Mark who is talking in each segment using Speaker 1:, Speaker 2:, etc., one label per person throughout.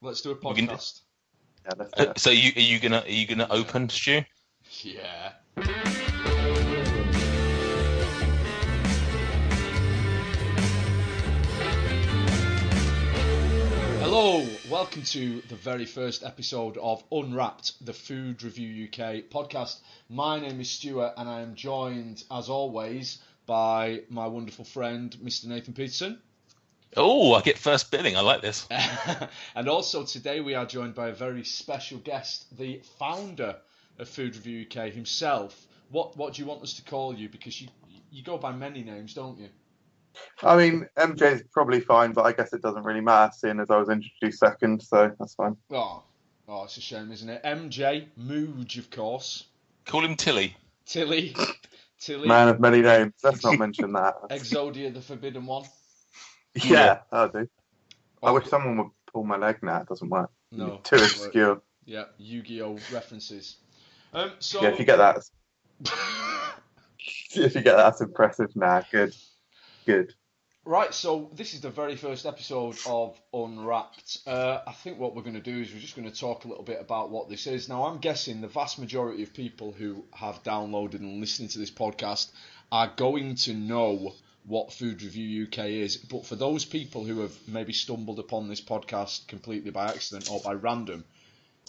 Speaker 1: Let's do a
Speaker 2: We can do-
Speaker 1: podcast.
Speaker 3: Yeah, let's do
Speaker 2: Uh,
Speaker 3: it.
Speaker 2: so you, are you gonna are you gonna open, Stu?
Speaker 1: Yeah. Hello, welcome to the very first episode of Unwrapped, the Food Review UK podcast. My name is Stuart, and I am joined, as always, by my wonderful friend, Mr. Nathan Peterson.
Speaker 2: Oh, I get first billing. I like this.
Speaker 1: and also today we are joined by a very special guest, the founder of Food Review UK himself. What what do you want us to call you? Because you you go by many names, don't you?
Speaker 3: I mean, MJ is probably fine, but I guess it doesn't really matter, seeing as I was introduced second, so that's fine.
Speaker 1: Oh, oh, it's a shame, isn't it? MJ Mooge, of course.
Speaker 2: Call him Tilly.
Speaker 1: Tilly, Tilly,
Speaker 3: Man of many names. Let's not mention that.
Speaker 1: Exodia, the Forbidden One.
Speaker 3: yeah, that'll do. I wish someone would pull my leg now. It doesn't work.
Speaker 1: Oh. No.
Speaker 3: Too obscure.
Speaker 1: Yeah, Yu-Gi-Oh references. Um, so
Speaker 3: Yeah, if you get that, if you get that, that's impressive. Nah, good, good.
Speaker 1: Right, so this is the very first episode of Unwrapped. Uh, I think what we're going to do is we're just going to talk a little bit about what this is. Now, I'm guessing the vast majority of people who have downloaded and listening to this podcast are going to know what Food Review UK is. But for those people who have maybe stumbled upon this podcast completely by accident or by random,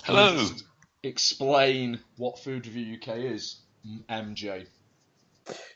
Speaker 2: Hello.
Speaker 1: please explain what Food Review UK is, MJ.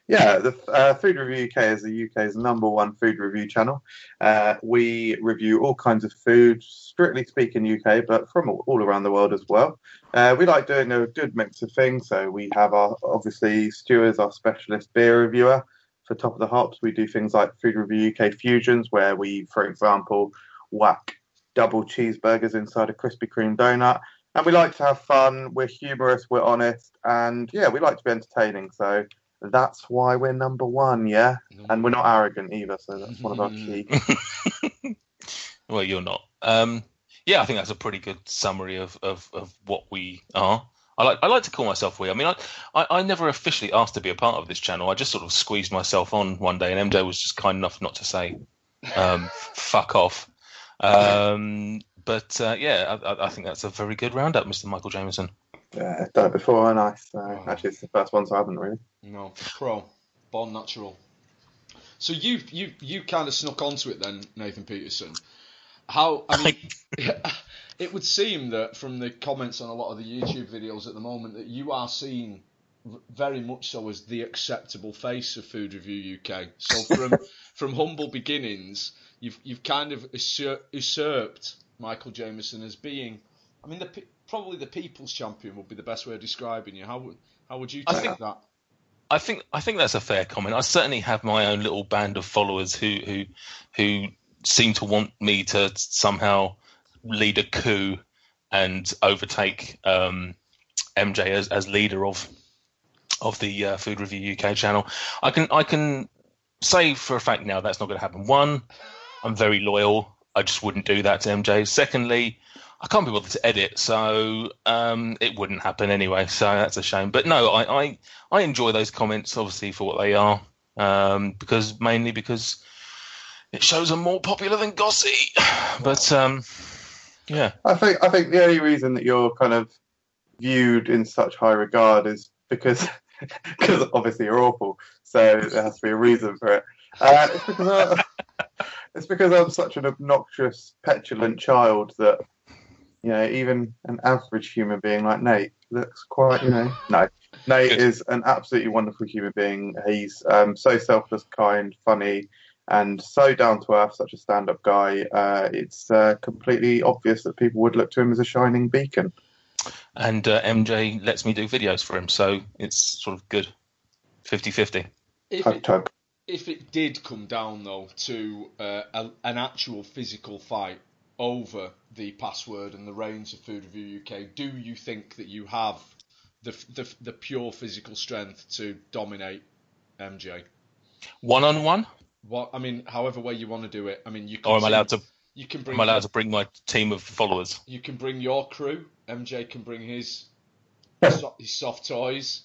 Speaker 3: Yeah, the uh, Food Review UK is the UK's number one food review channel. Uh, we review all kinds of food, strictly speaking UK, but from all, all around the world as well. Uh, we like doing a good mix of things. So we have our obviously Stuart's our specialist beer reviewer for Top of the Hops. We do things like Food Review UK fusions, where we, for example, whack double cheeseburgers inside a Krispy Kreme donut. And we like to have fun. We're humorous. We're honest, and yeah, we like to be entertaining. So that's why we're number one, yeah? And we're not arrogant either, so that's one of our key.
Speaker 2: Well, you're not. Um, yeah, I think that's a pretty good summary of, of, of what we are. I like I like to call myself we. I mean, I, I I never officially asked to be a part of this channel. I just sort of squeezed myself on one day, and MJ was just kind enough not to say, um, "Fuck off." Um, but uh, yeah, I- I, I think that's a very good roundup, Mr. Michael Jameson.
Speaker 3: Yeah, I've done it uh, before, and I, so actually, it's the first one, so I haven't really.
Speaker 1: No, pro, born natural. So you you you kind of snuck onto it then, Nathan Peterson. How I mean, it would seem that from the comments on a lot of the YouTube videos at the moment that you are seen v- very much so as the acceptable face of Food Review UK. So from from humble beginnings, you've you've kind of usur- usurped Michael Jameson as being. I mean, the pe- probably the people's champion would be the best way of describing you. How would how would you
Speaker 2: I
Speaker 1: take
Speaker 2: think-
Speaker 1: that?
Speaker 2: I think I think that's a fair comment. I certainly have my own little band of followers who who who seem to want me to somehow lead a coup and overtake um, MJ as, as leader of of the uh, Food Review UK channel. I can I can say for a fact now that's not going to happen. One, I'm very loyal. I just wouldn't do that to MJ. Secondly, I can't be bothered to edit, so um, it wouldn't happen anyway. So that's a shame. But no, I, I I enjoy those comments, obviously, for what they are, um, because mainly because it shows I'm more popular than Gossy. But um, yeah,
Speaker 3: I think I think the only reason that you're kind of viewed in such high regard is because because obviously you're awful, so there has to be a reason for it. Uh, it's because I- it's because I'm such an obnoxious, petulant child that you know even an average human being like Nate looks quite you know no Nate
Speaker 2: Good.
Speaker 3: is an absolutely wonderful human being. He's um, so selfless, kind, funny, and so down to earth, such a stand up guy. Uh, it's uh, completely obvious that people would look to him as a shining beacon.
Speaker 2: and uh, MJ lets me do videos for him, so it's sort of good, 50-50.
Speaker 1: If
Speaker 3: Tug,
Speaker 1: it,
Speaker 3: tug.
Speaker 1: if it did come down though to uh, a, an actual physical fight over the password and the reins of Food Review UK, do you think that you have the f- the, f- the pure physical strength to dominate MJ?
Speaker 2: One on one,
Speaker 1: What I mean, however way you want to do it. I mean, you can
Speaker 2: or am I allowed to?
Speaker 1: You can bring
Speaker 2: Am I allowed to bring my team of followers?
Speaker 1: you can bring your crew. MJ can bring his so, his soft toys.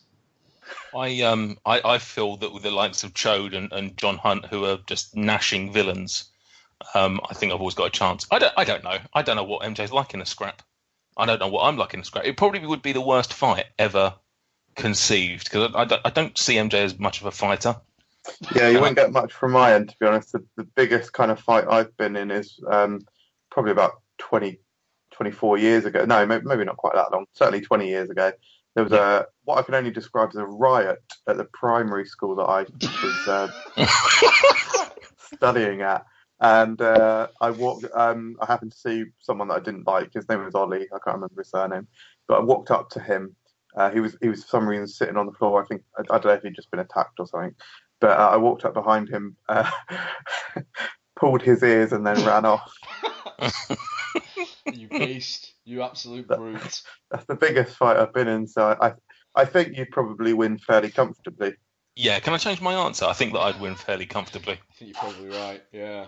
Speaker 2: I um I, I feel that with the likes of Chode and, and John Hunt, who are just gnashing villains, Um, I think I've always got a chance. I don't. I don't know. I don't know what MJ's like in a scrap. I don't know what I'm like in a scrap. It probably would be the worst fight ever conceived because I, I, I don't see MJ as much of a fighter.
Speaker 3: Yeah, you won't get much from my end, to be honest. The, the biggest kind of fight I've been in is um, probably about 20, 24 years ago. No, may- maybe not quite that long. Certainly 20 years ago. There was a what I can only describe as a riot at the primary school that I was uh, studying at, and uh, I walked. Um, I happened to see someone that I didn't like. His name was Ollie. I can't remember his surname, but I walked up to him. Uh, he was he was for some reason sitting on the floor. I think I, I don't know if he'd just been attacked or something. But uh, I walked up behind him, uh, pulled his ears, and then ran off.
Speaker 1: You beast. You absolute brute.
Speaker 3: That's the biggest fight I've been in. So I I think you'd probably win fairly comfortably.
Speaker 2: Yeah, can I change my answer? I think that I'd win fairly comfortably.
Speaker 1: I think you're probably right. Yeah.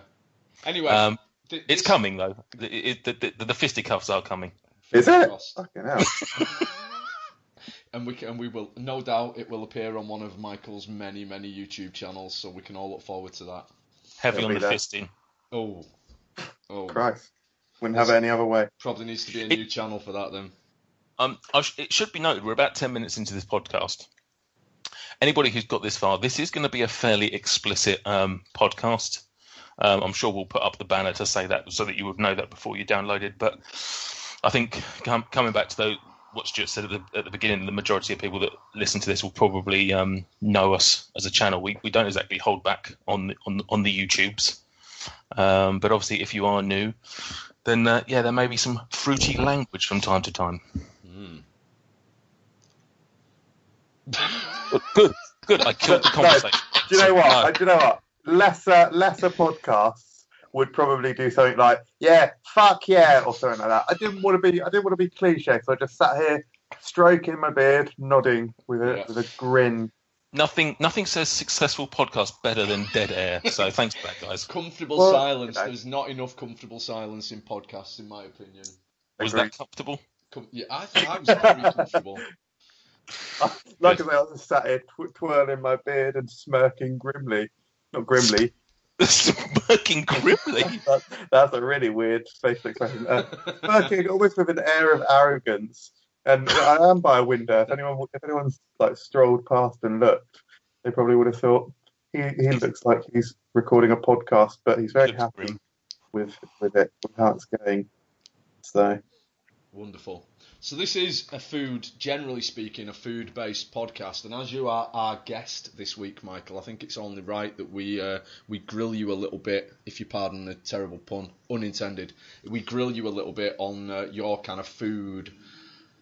Speaker 1: Anyway,
Speaker 2: Um,
Speaker 1: th-
Speaker 2: it's
Speaker 1: this-
Speaker 2: coming though. The, the, the, the fisticuffs are coming.
Speaker 3: Is
Speaker 1: fingers
Speaker 3: it?
Speaker 1: crossed.
Speaker 3: Fucking hell.
Speaker 1: And we can, and we will no doubt it will appear on one of Michael's many many YouTube channels, so we can all look forward to that.
Speaker 2: Heavy
Speaker 3: It'll
Speaker 2: on
Speaker 3: be
Speaker 2: the
Speaker 3: there.
Speaker 2: fisting.
Speaker 1: Oh, oh,
Speaker 3: Christ. Wouldn't have it any other way.
Speaker 1: probably needs to be a
Speaker 2: It-
Speaker 1: new channel for that then.
Speaker 2: Um, I sh- it should be noted we're about ten minutes into this podcast. Anybody who's got this far, this is going to be a fairly explicit um, podcast. Um, I'm sure we'll put up the banner to say that so that you would know that before you downloaded. But I think com- coming back to the, what Stuart said at the, at the beginning, the majority of people that listen to this will probably um, know us as a channel. We, we don't exactly hold back on the, on the, on the YouTubes. Um, but obviously, if you are new, then uh, yeah, there may be some fruity language from time to time.
Speaker 1: Hmm.
Speaker 2: Good, good. I killed the
Speaker 3: No,
Speaker 2: conversation.
Speaker 3: Do you know what?
Speaker 2: No.
Speaker 3: I, do you know what? Lesser lesser podcasts would probably do something like, yeah, fuck yeah, or something like that. I didn't want to be I didn't want to be cliche, so I just sat here stroking my beard, nodding with a
Speaker 1: Yeah.
Speaker 3: with a grin.
Speaker 2: Nothing, nothing says successful podcast better than dead air. So thanks for that, guys.
Speaker 1: Comfortable
Speaker 3: Well,
Speaker 1: silence.
Speaker 3: you know.
Speaker 1: There's not enough comfortable silence in podcasts, in my opinion.
Speaker 2: Was
Speaker 3: Agreed.
Speaker 2: that comfortable?
Speaker 1: Com- yeah, I think I was very comfortable.
Speaker 3: Like I say, I was just sat here tw- twirling my beard and smirking grimly. Not grimly.
Speaker 2: Smirking grimly.
Speaker 3: That, that's a really weird facial expression. Uh, smirking almost with an air of arrogance. And I am by a window. If anyone, if anyone's like strolled past and looked, they probably would have thought he, he looks like he's recording a podcast, but he's very
Speaker 2: Looks
Speaker 3: happy
Speaker 2: grim.
Speaker 3: with with it, with how it's going. So
Speaker 1: Wonderful. So this is a food, generally speaking, a food-based podcast, and as you are our guest this week, Michael, I think it's only right that we uh, we grill you a little bit, if you pardon the terrible pun, unintended. We grill you a little bit on uh, your kind of food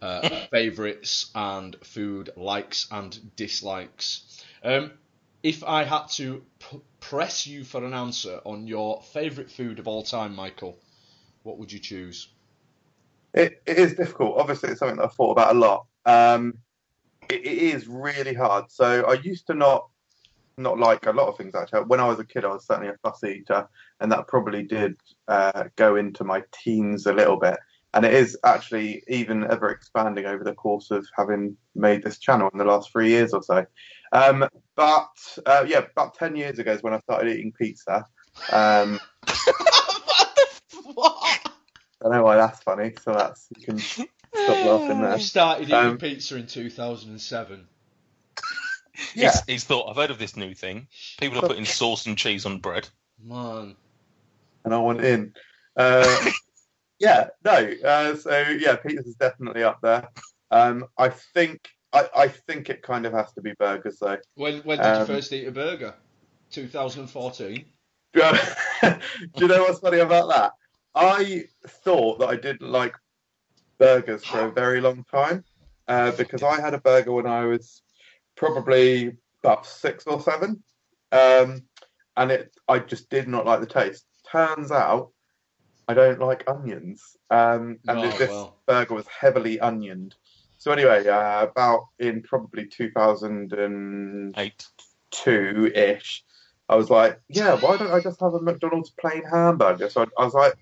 Speaker 1: uh, favourites and food likes and dislikes. Um, if I had to p- press you for an answer on your favourite food of all time, Michael, what would you choose?
Speaker 3: it, it is difficult. Obviously, it's something that I've thought about a lot. Um, it, it is really hard. So I used to not not like a lot of things actually. When I was a kid, I was certainly a fussy eater, and that probably did uh, go into my teens a little bit. And it is actually even ever expanding over the course of having made this channel in the last three years or so. Um, but uh, yeah, about ten years ago is when I started eating pizza. Um, I don't know why that's funny. So that's you can stop laughing there.
Speaker 1: I started eating
Speaker 3: Um,
Speaker 1: pizza in 2007.
Speaker 3: Yeah.
Speaker 2: He's, he's thought. I've heard of this new thing. People are putting sauce and cheese on bread.
Speaker 1: Man,
Speaker 3: and I want in. Uh, yeah, no. Uh, so yeah, Peter's is definitely up there. Um, I think I, I think it kind of has to be burgers though.
Speaker 1: when when did you
Speaker 3: Um,
Speaker 1: first eat a burger? 2014.
Speaker 3: Do you know what's funny about that? I thought that I didn't like burgers for a very long time uh, because I had a burger when I was probably about six or seven, um, and it I just did not like the taste. Turns out I don't like onions, um, and
Speaker 1: Oh,
Speaker 3: this
Speaker 1: well.
Speaker 3: burger was heavily onioned. So anyway, uh, about in probably two thousand and
Speaker 2: Eight.
Speaker 3: two ish, I was like, yeah, why don't I just have a McDonald's plain hamburger? So I, I was like,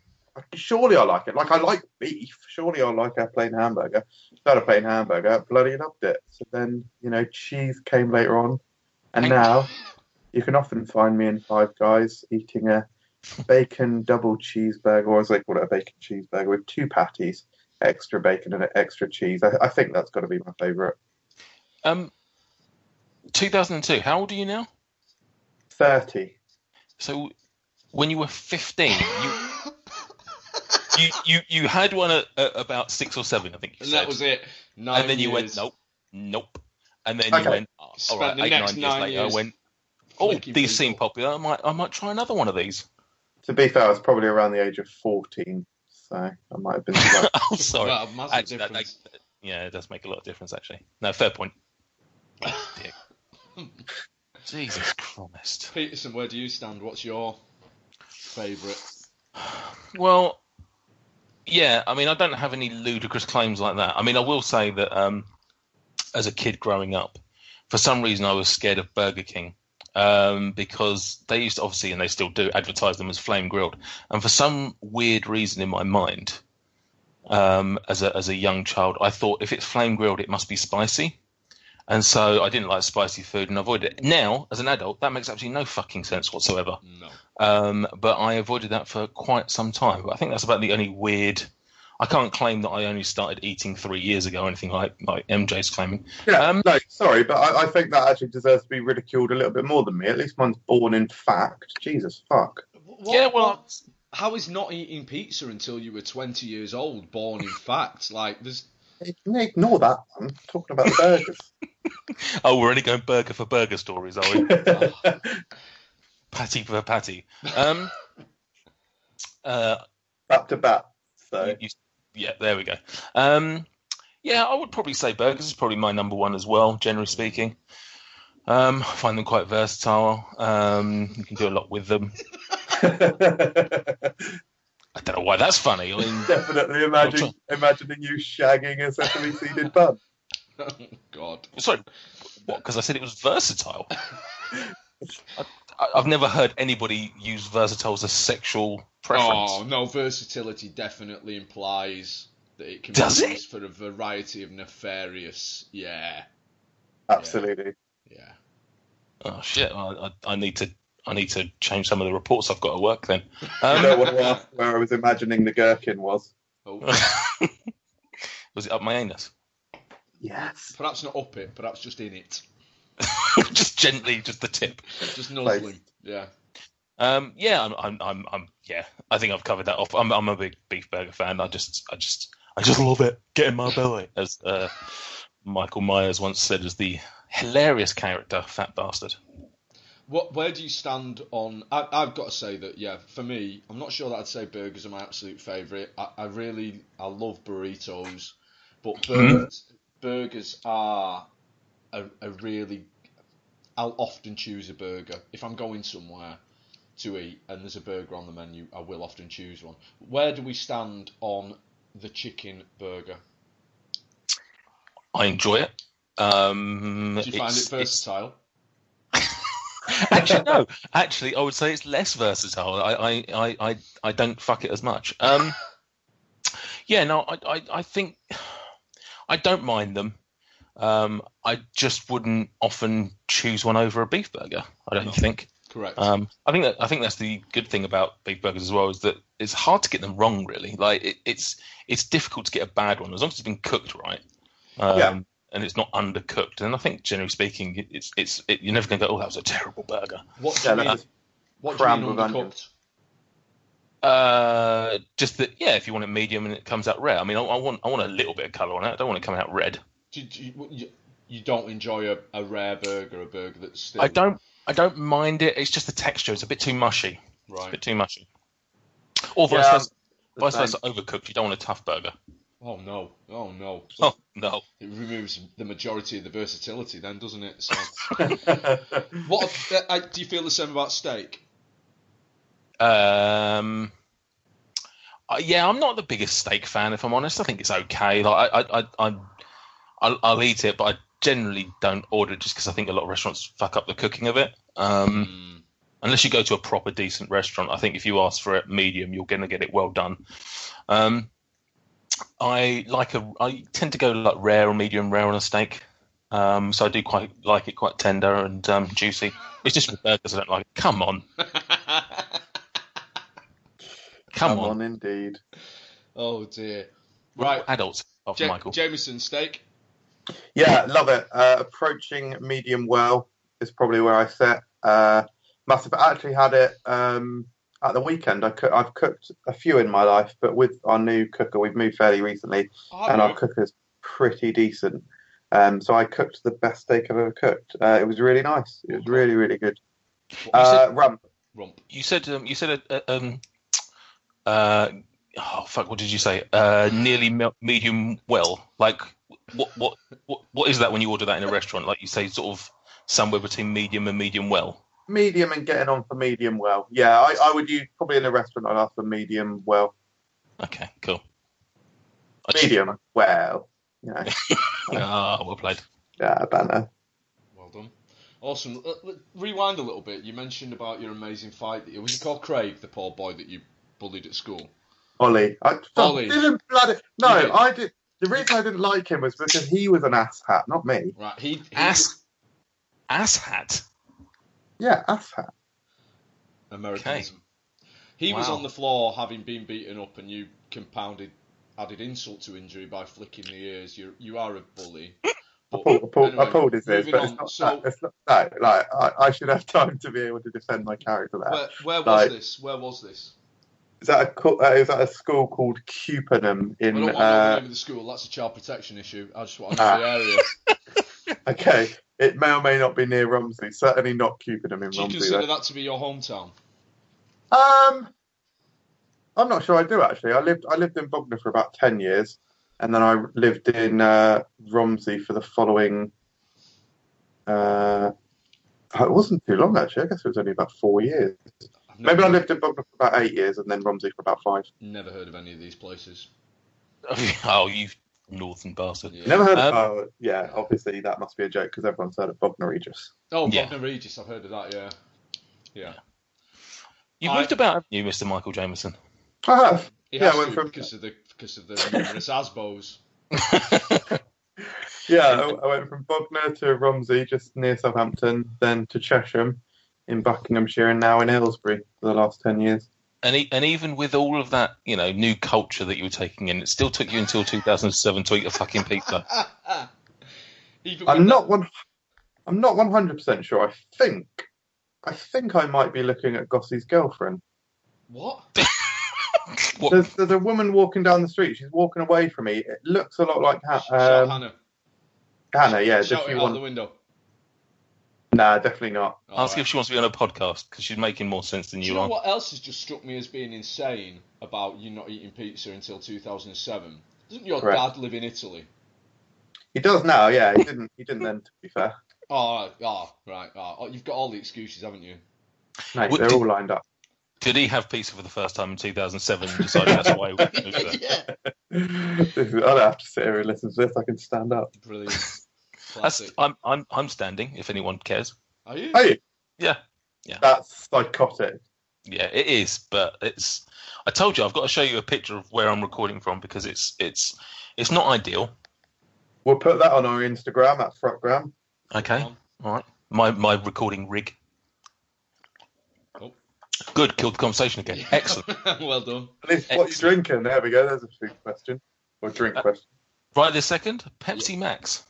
Speaker 3: surely I like it. Like I like beef. Surely I like a plain hamburger. So I had a plain hamburger. Bloody loved it. So then you know, cheese came later on, and
Speaker 2: Thank-
Speaker 3: now you can often find me in Five Guys eating a bacon double cheeseburger, or as they call it, a bacon cheeseburger with two patties, extra bacon and extra cheese. I, I think that's got to be my favourite.
Speaker 2: Um, 2002. How old are you now?
Speaker 3: Thirty.
Speaker 2: So, when you were 15, you you you, you had one at, at about six or seven, I think. You
Speaker 1: And
Speaker 2: said.
Speaker 1: that was it. Nine
Speaker 2: and then you went
Speaker 1: years.
Speaker 2: nope, nope, and then
Speaker 3: Okay.
Speaker 2: you went oh, all
Speaker 1: Spent
Speaker 2: right.
Speaker 1: the
Speaker 2: Eight
Speaker 1: next
Speaker 2: nine years
Speaker 1: nine
Speaker 2: later,
Speaker 1: years
Speaker 2: I went. Oh,
Speaker 1: flicking
Speaker 2: these seem
Speaker 1: people."
Speaker 2: popular. I might I might try another one of these.
Speaker 3: To be fair, I was probably around the age of fourteen, so I might have been. slightly-
Speaker 2: oh, sorry.
Speaker 1: Well, massive
Speaker 2: Actually, that-
Speaker 1: difference.
Speaker 2: that- yeah, it does make a lot of difference actually. No, fair point. Dick. Jesus Christ.
Speaker 1: Peterson, where do you stand? What's your favourite?
Speaker 2: Well, yeah. I mean, I don't have any ludicrous claims like that. I mean, I will say that um, as a kid growing up, for some reason, I was scared of Burger King um, because they used to obviously, and they still do, advertise them as flame grilled. And for some weird reason in my mind, um, as a as a young child, I thought if it's flame grilled, it must be spicy. And so I didn't like spicy food and avoided it. Now, as an adult, that makes absolutely no fucking sense whatsoever.
Speaker 1: No.
Speaker 2: Um, but I avoided that for quite some time. But I think that's about the only weird. I can't claim that I only started eating three years ago or anything like like MJ's claiming.
Speaker 3: Yeah,
Speaker 2: Um,
Speaker 3: no, sorry, but I, I think that actually deserves to be ridiculed a little bit more than me. At least mine's born in fact. Jesus fuck.
Speaker 1: What,
Speaker 2: yeah, well,
Speaker 1: what- how is not eating pizza until you were 20 years old born in fact? Like, there's.
Speaker 3: Ignore that. I'm talking about burgers.
Speaker 2: oh, we're only going burger for burger stories, are we?
Speaker 1: Oh,
Speaker 3: that
Speaker 2: patty for patty. Um, uh,
Speaker 3: to bat. So
Speaker 2: you- yeah, there we go. Um, yeah, I would probably say burgers is probably my number one as well, generally speaking. Um, I find them quite versatile. Um, you can do a lot with them.
Speaker 3: definitely
Speaker 2: I don't know why that's funny. I mean,
Speaker 3: imagine imagining you shagging a sesame seeded bun.
Speaker 1: God.
Speaker 2: sorry, what? Because I said it was versatile. I, I- I've never heard anybody use versatile as a sexual preference.
Speaker 1: Oh, no, versatility definitely implies that it can
Speaker 2: Does
Speaker 1: be
Speaker 2: it?
Speaker 1: used for a variety of nefarious. Yeah,
Speaker 3: Absolutely.
Speaker 1: yeah.
Speaker 2: Oh, shit! I, I, I need to. I need to change some of the reports I've got at work then.
Speaker 3: You
Speaker 2: Um,
Speaker 3: know what I- where I was imagining the gherkin was?
Speaker 1: Oh,
Speaker 2: was it up my anus?
Speaker 3: Yes.
Speaker 1: perhaps not up it, perhaps just in it.
Speaker 2: just gently, just the tip.
Speaker 1: Just nuzzling. Yeah.
Speaker 2: Um, yeah, I'm, I'm, I'm, I'm, yeah. I think I've covered that off. I'm, I'm a big beef burger fan. I just, I just, I just love it. Get in my belly, as uh, Michael Myers once said, as the hilarious character, fat bastard.
Speaker 1: What? Where do you stand on? I, I've got to say that yeah. For me, I'm not sure that I'd say burgers are my absolute favourite. I, I really I love burritos, but
Speaker 2: Hmm?
Speaker 1: burgers burgers are a, a really. I'll often choose a burger if I'm going somewhere to eat and there's a burger on the menu. I will often choose one. Where do we stand on the chicken burger?
Speaker 2: I enjoy it. Um,
Speaker 1: Do you find it
Speaker 2: it's- it's-
Speaker 1: versatile?
Speaker 2: actually, no. Actually, I would say it's less versatile. I, I, I, I, I don't fuck it as much. Um, yeah, no, I, I, I think I don't mind them. Um, I just wouldn't often choose one over a beef burger. I don't think.
Speaker 1: Correct.
Speaker 2: Um, I think that I think that's the good thing about beef burgers as well is that it's hard to get them wrong. Really, like it, it's it's difficult to get a bad one as long as it's been cooked right. Um,
Speaker 3: Yeah.
Speaker 2: And it's not undercooked, and I think generally speaking, it- it's it's it, you're never going to go, oh, that was a terrible burger.
Speaker 1: what do
Speaker 3: Yeah,
Speaker 1: you mean?
Speaker 3: that's
Speaker 1: What do you mean
Speaker 3: crammed with
Speaker 1: undercooked?
Speaker 3: onions.
Speaker 2: Uh, just that, yeah. If you want it medium and it comes out rare, I mean, I, I want I want a little bit of color on it. I don't want it coming out red.
Speaker 1: Do, do you, you, you don't enjoy a, a rare burger, a burger that's still
Speaker 2: I don't I don't mind it. It's just the texture. It's a bit too mushy. It's a
Speaker 1: right.
Speaker 2: bit too mushy. Or vice
Speaker 3: Yeah,
Speaker 2: versa,
Speaker 3: The
Speaker 2: vice
Speaker 3: same.
Speaker 2: versa, overcooked. You don't want a tough burger.
Speaker 1: Oh no, oh no.
Speaker 2: Oh no.
Speaker 1: It removes the majority of the versatility, then, doesn't it? So, what uh, I- do you feel the same about steak?
Speaker 2: Um, I- yeah, I'm not the biggest steak fan, if I'm honest. I think it's okay. Like, I, I, I, I'm, I'll, I'll eat it, but I generally don't order it just because I think a lot of restaurants fuck up the cooking of it. Um,
Speaker 1: Mm,
Speaker 2: unless you go to a proper decent restaurant, I think if you ask for it medium, you're going to get it well done. Um, I like a, I tend to go like rare or medium rare on a steak. Um, so I do quite like it quite tender and um, juicy. It's just with burgers I don't like. It. Come on. Come, on.
Speaker 3: indeed.
Speaker 1: Oh dear.
Speaker 2: We're
Speaker 1: Right.
Speaker 2: all adults, after
Speaker 1: Ja-
Speaker 2: Michael.
Speaker 1: Jameson steak.
Speaker 3: Yeah, love it. Uh, approaching medium well is probably where I set. Uh, must have actually had it um, at the weekend. I cook, I've cooked a few in my life, but with our new cooker, we've moved fairly recently,
Speaker 1: Hard
Speaker 3: and our
Speaker 1: work.
Speaker 3: cooker's pretty decent. Um, so I cooked the best steak I've ever cooked. Uh, it was really nice. It was really, really good.
Speaker 1: What was
Speaker 3: Uh, rum.
Speaker 1: it? Rump.
Speaker 2: you said um, you said uh, uh, um, uh, oh fuck, what did you say? Uh, nearly me- medium well. Like what, what what what is that when you order that in a restaurant? Like you say, sort of somewhere between medium and medium well.
Speaker 3: Medium and getting on for medium well. Yeah, I, I would use probably in a restaurant. I'd ask for medium well.
Speaker 2: Okay, cool.
Speaker 3: Medium well. You know,
Speaker 2: Ah, well played.
Speaker 3: yeah, banner.
Speaker 1: Well done. Awesome. Uh, l- Rewind a little bit. You mentioned about your amazing fight. that you- Was it called Crave, the poor boy that you bullied at school?
Speaker 3: Ollie. I
Speaker 1: Ollie.
Speaker 3: didn't bloody. No,
Speaker 1: You did.
Speaker 3: I did. The reason I didn't like him was because he was an asshat, not me.
Speaker 1: Right. He, he
Speaker 2: Ass ass hat.
Speaker 3: Yeah, asshat.
Speaker 1: Americanism. He was
Speaker 2: Wow.
Speaker 1: on the floor having been beaten up, and you compounded, added insult to injury by flicking the ears. You you are a bully.
Speaker 3: I
Speaker 1: But
Speaker 3: pulled, I pulled,
Speaker 1: anyway,
Speaker 3: I pulled his ears,
Speaker 1: moving
Speaker 3: but it's
Speaker 1: on. So-
Speaker 3: not that. It's not that. Like, I, I should have time to be able to defend my character there.
Speaker 1: Where, where was
Speaker 3: Oh, Like-
Speaker 1: this? Where was this?
Speaker 3: Is that a, co- uh, is that a school called Cupenham
Speaker 1: I don't
Speaker 3: in.
Speaker 1: want to know the
Speaker 3: Uh,
Speaker 1: name of the school. That's a child protection issue. I just want to know
Speaker 3: Ah.
Speaker 1: the area.
Speaker 3: okay, it may or may not be near Romsey. Certainly not Cupenham in
Speaker 1: Do you
Speaker 3: Romsey.
Speaker 1: consider
Speaker 3: though.
Speaker 1: that to be your hometown?
Speaker 3: Um, I'm not sure I do actually. I lived I lived in Bognor for about ten years, and then I lived in uh, Romsey for the following. Uh, it wasn't too long actually. I guess it was only about four years.
Speaker 1: I've never,
Speaker 3: Maybe I lived in Bognor for about eight years, and then Romsey for about five.
Speaker 1: never heard of any of these places.
Speaker 2: oh, you northern bastard.
Speaker 1: Yeah.
Speaker 3: Never heard
Speaker 2: Um,
Speaker 3: of. Oh, yeah, obviously that must be a joke because everyone's heard of Bognor Regis.
Speaker 1: Oh,
Speaker 2: Yeah.
Speaker 1: Bognor Regis. I've heard of that. Yeah. Yeah.
Speaker 2: You've
Speaker 1: I-
Speaker 2: moved about, haven't you, Mr. Michael Jameson?
Speaker 3: I have.
Speaker 1: He
Speaker 3: Yeah,
Speaker 1: has
Speaker 3: I went
Speaker 1: to
Speaker 3: from-
Speaker 1: because of the because of the numerous Asbos.
Speaker 3: Yeah, I, I went from Bognor to Romsey, just near Southampton, then to Chesham, in Buckinghamshire, and now in Aylesbury for the last ten years.
Speaker 2: And, e- and even with all of that, you know, new culture that you were taking in, it still took you until 2007 to eat a fucking pizza.
Speaker 1: Even with
Speaker 3: I'm
Speaker 1: that-
Speaker 3: not one. I'm not one hundred percent sure. I think, I think I might be looking at Gossie's girlfriend.
Speaker 1: What?
Speaker 2: What-
Speaker 3: There's, there's a woman walking down the street. She's walking away from me. It looks a lot like
Speaker 1: Shout
Speaker 3: ha- um,
Speaker 1: Hannah.
Speaker 3: Hannah. Yeah, does
Speaker 1: Shout
Speaker 3: she
Speaker 1: it out
Speaker 3: want?
Speaker 1: the window.
Speaker 3: Nah, definitely not.
Speaker 2: Ask
Speaker 1: Alright.
Speaker 2: her if she wants to be on a podcast because she's making more sense than
Speaker 1: Do
Speaker 2: you,
Speaker 1: you know
Speaker 2: are.
Speaker 1: what else has just struck me as being insane about you not eating pizza until 2007? Doesn't your
Speaker 3: Correct.
Speaker 1: dad live in Italy?
Speaker 3: He does now. Yeah, he didn't. He didn't then. To be fair,
Speaker 1: Oh, right, oh, right. Oh, oh, you've got all the excuses, haven't you?
Speaker 3: Mate,
Speaker 2: What
Speaker 3: they're
Speaker 2: did-
Speaker 3: all lined up.
Speaker 2: Did he have pizza for the first time in 2007 and decided that's why he was going to do
Speaker 1: yeah.
Speaker 3: This is- I don't have to sit here and listen to this. I can stand up.
Speaker 1: Brilliant.
Speaker 2: That's,
Speaker 1: Classic.
Speaker 2: I'm, I'm, I'm standing, if anyone cares.
Speaker 1: Are you?
Speaker 3: Hey,
Speaker 2: Yeah,
Speaker 3: that's psychotic.
Speaker 2: yeah, it is. But it's. I told you, I've got to show you a picture of where I'm recording from because it's it's it's not ideal.
Speaker 3: We'll put that on our Instagram at Frotgram.
Speaker 2: Okay, all right. My my recording rig.
Speaker 1: Oh.
Speaker 2: Good, killed the conversation again. Excellent.
Speaker 1: well done.
Speaker 3: At least what you
Speaker 2: Excellent.
Speaker 3: drinking? There we go. There's a food question or drink
Speaker 2: Uh,
Speaker 3: question.
Speaker 2: Right this second, Pepsi Max.